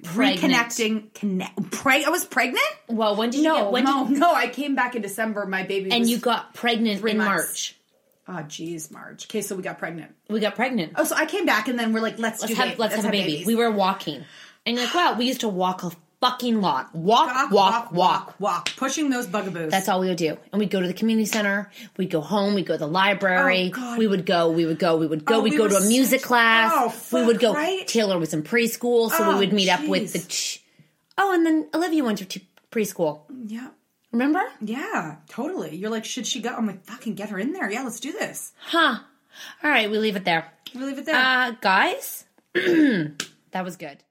[SPEAKER 1] Pregnant.
[SPEAKER 2] reconnecting. Connect. Preg- I was pregnant.
[SPEAKER 1] well, when did you
[SPEAKER 2] no,
[SPEAKER 1] get? When
[SPEAKER 2] no,
[SPEAKER 1] did,
[SPEAKER 2] no. I came back in December. My baby.
[SPEAKER 1] And
[SPEAKER 2] was
[SPEAKER 1] you got pregnant
[SPEAKER 2] three
[SPEAKER 1] in
[SPEAKER 2] months.
[SPEAKER 1] March.
[SPEAKER 2] Oh, geez, March. Okay, so we got pregnant.
[SPEAKER 1] We got pregnant.
[SPEAKER 2] Oh, so I came back and then we're like, let's
[SPEAKER 1] let's
[SPEAKER 2] do
[SPEAKER 1] have
[SPEAKER 2] babies.
[SPEAKER 1] let's have a baby.
[SPEAKER 2] babies.
[SPEAKER 1] We were walking, and you're like, wow, we used to walk a fucking lot. Walk, walk, walk, walk.
[SPEAKER 2] walk, pushing those bugaboos.
[SPEAKER 1] That's all we would do. And we'd go to the community center. We'd go home. We'd go to the library.
[SPEAKER 2] Oh, God.
[SPEAKER 1] we would go. We would go. We would go.
[SPEAKER 2] Oh,
[SPEAKER 1] we'd
[SPEAKER 2] we
[SPEAKER 1] go
[SPEAKER 2] were
[SPEAKER 1] to a music
[SPEAKER 2] such-
[SPEAKER 1] class.
[SPEAKER 2] Oh,
[SPEAKER 1] we would
[SPEAKER 2] fuck,
[SPEAKER 1] go.
[SPEAKER 2] right?
[SPEAKER 1] Taylor was in preschool, so we
[SPEAKER 2] Oh,
[SPEAKER 1] would meet up with the. Ch- oh, and then Olivia went to t- preschool.
[SPEAKER 2] yeah.
[SPEAKER 1] Remember?
[SPEAKER 2] Yeah, totally. You're like, should she go? I'm like, fucking get her in there. Yeah, let's do this.
[SPEAKER 1] Huh. All right, we leave it there.
[SPEAKER 2] We leave it there.
[SPEAKER 1] Uh, guys, that was good.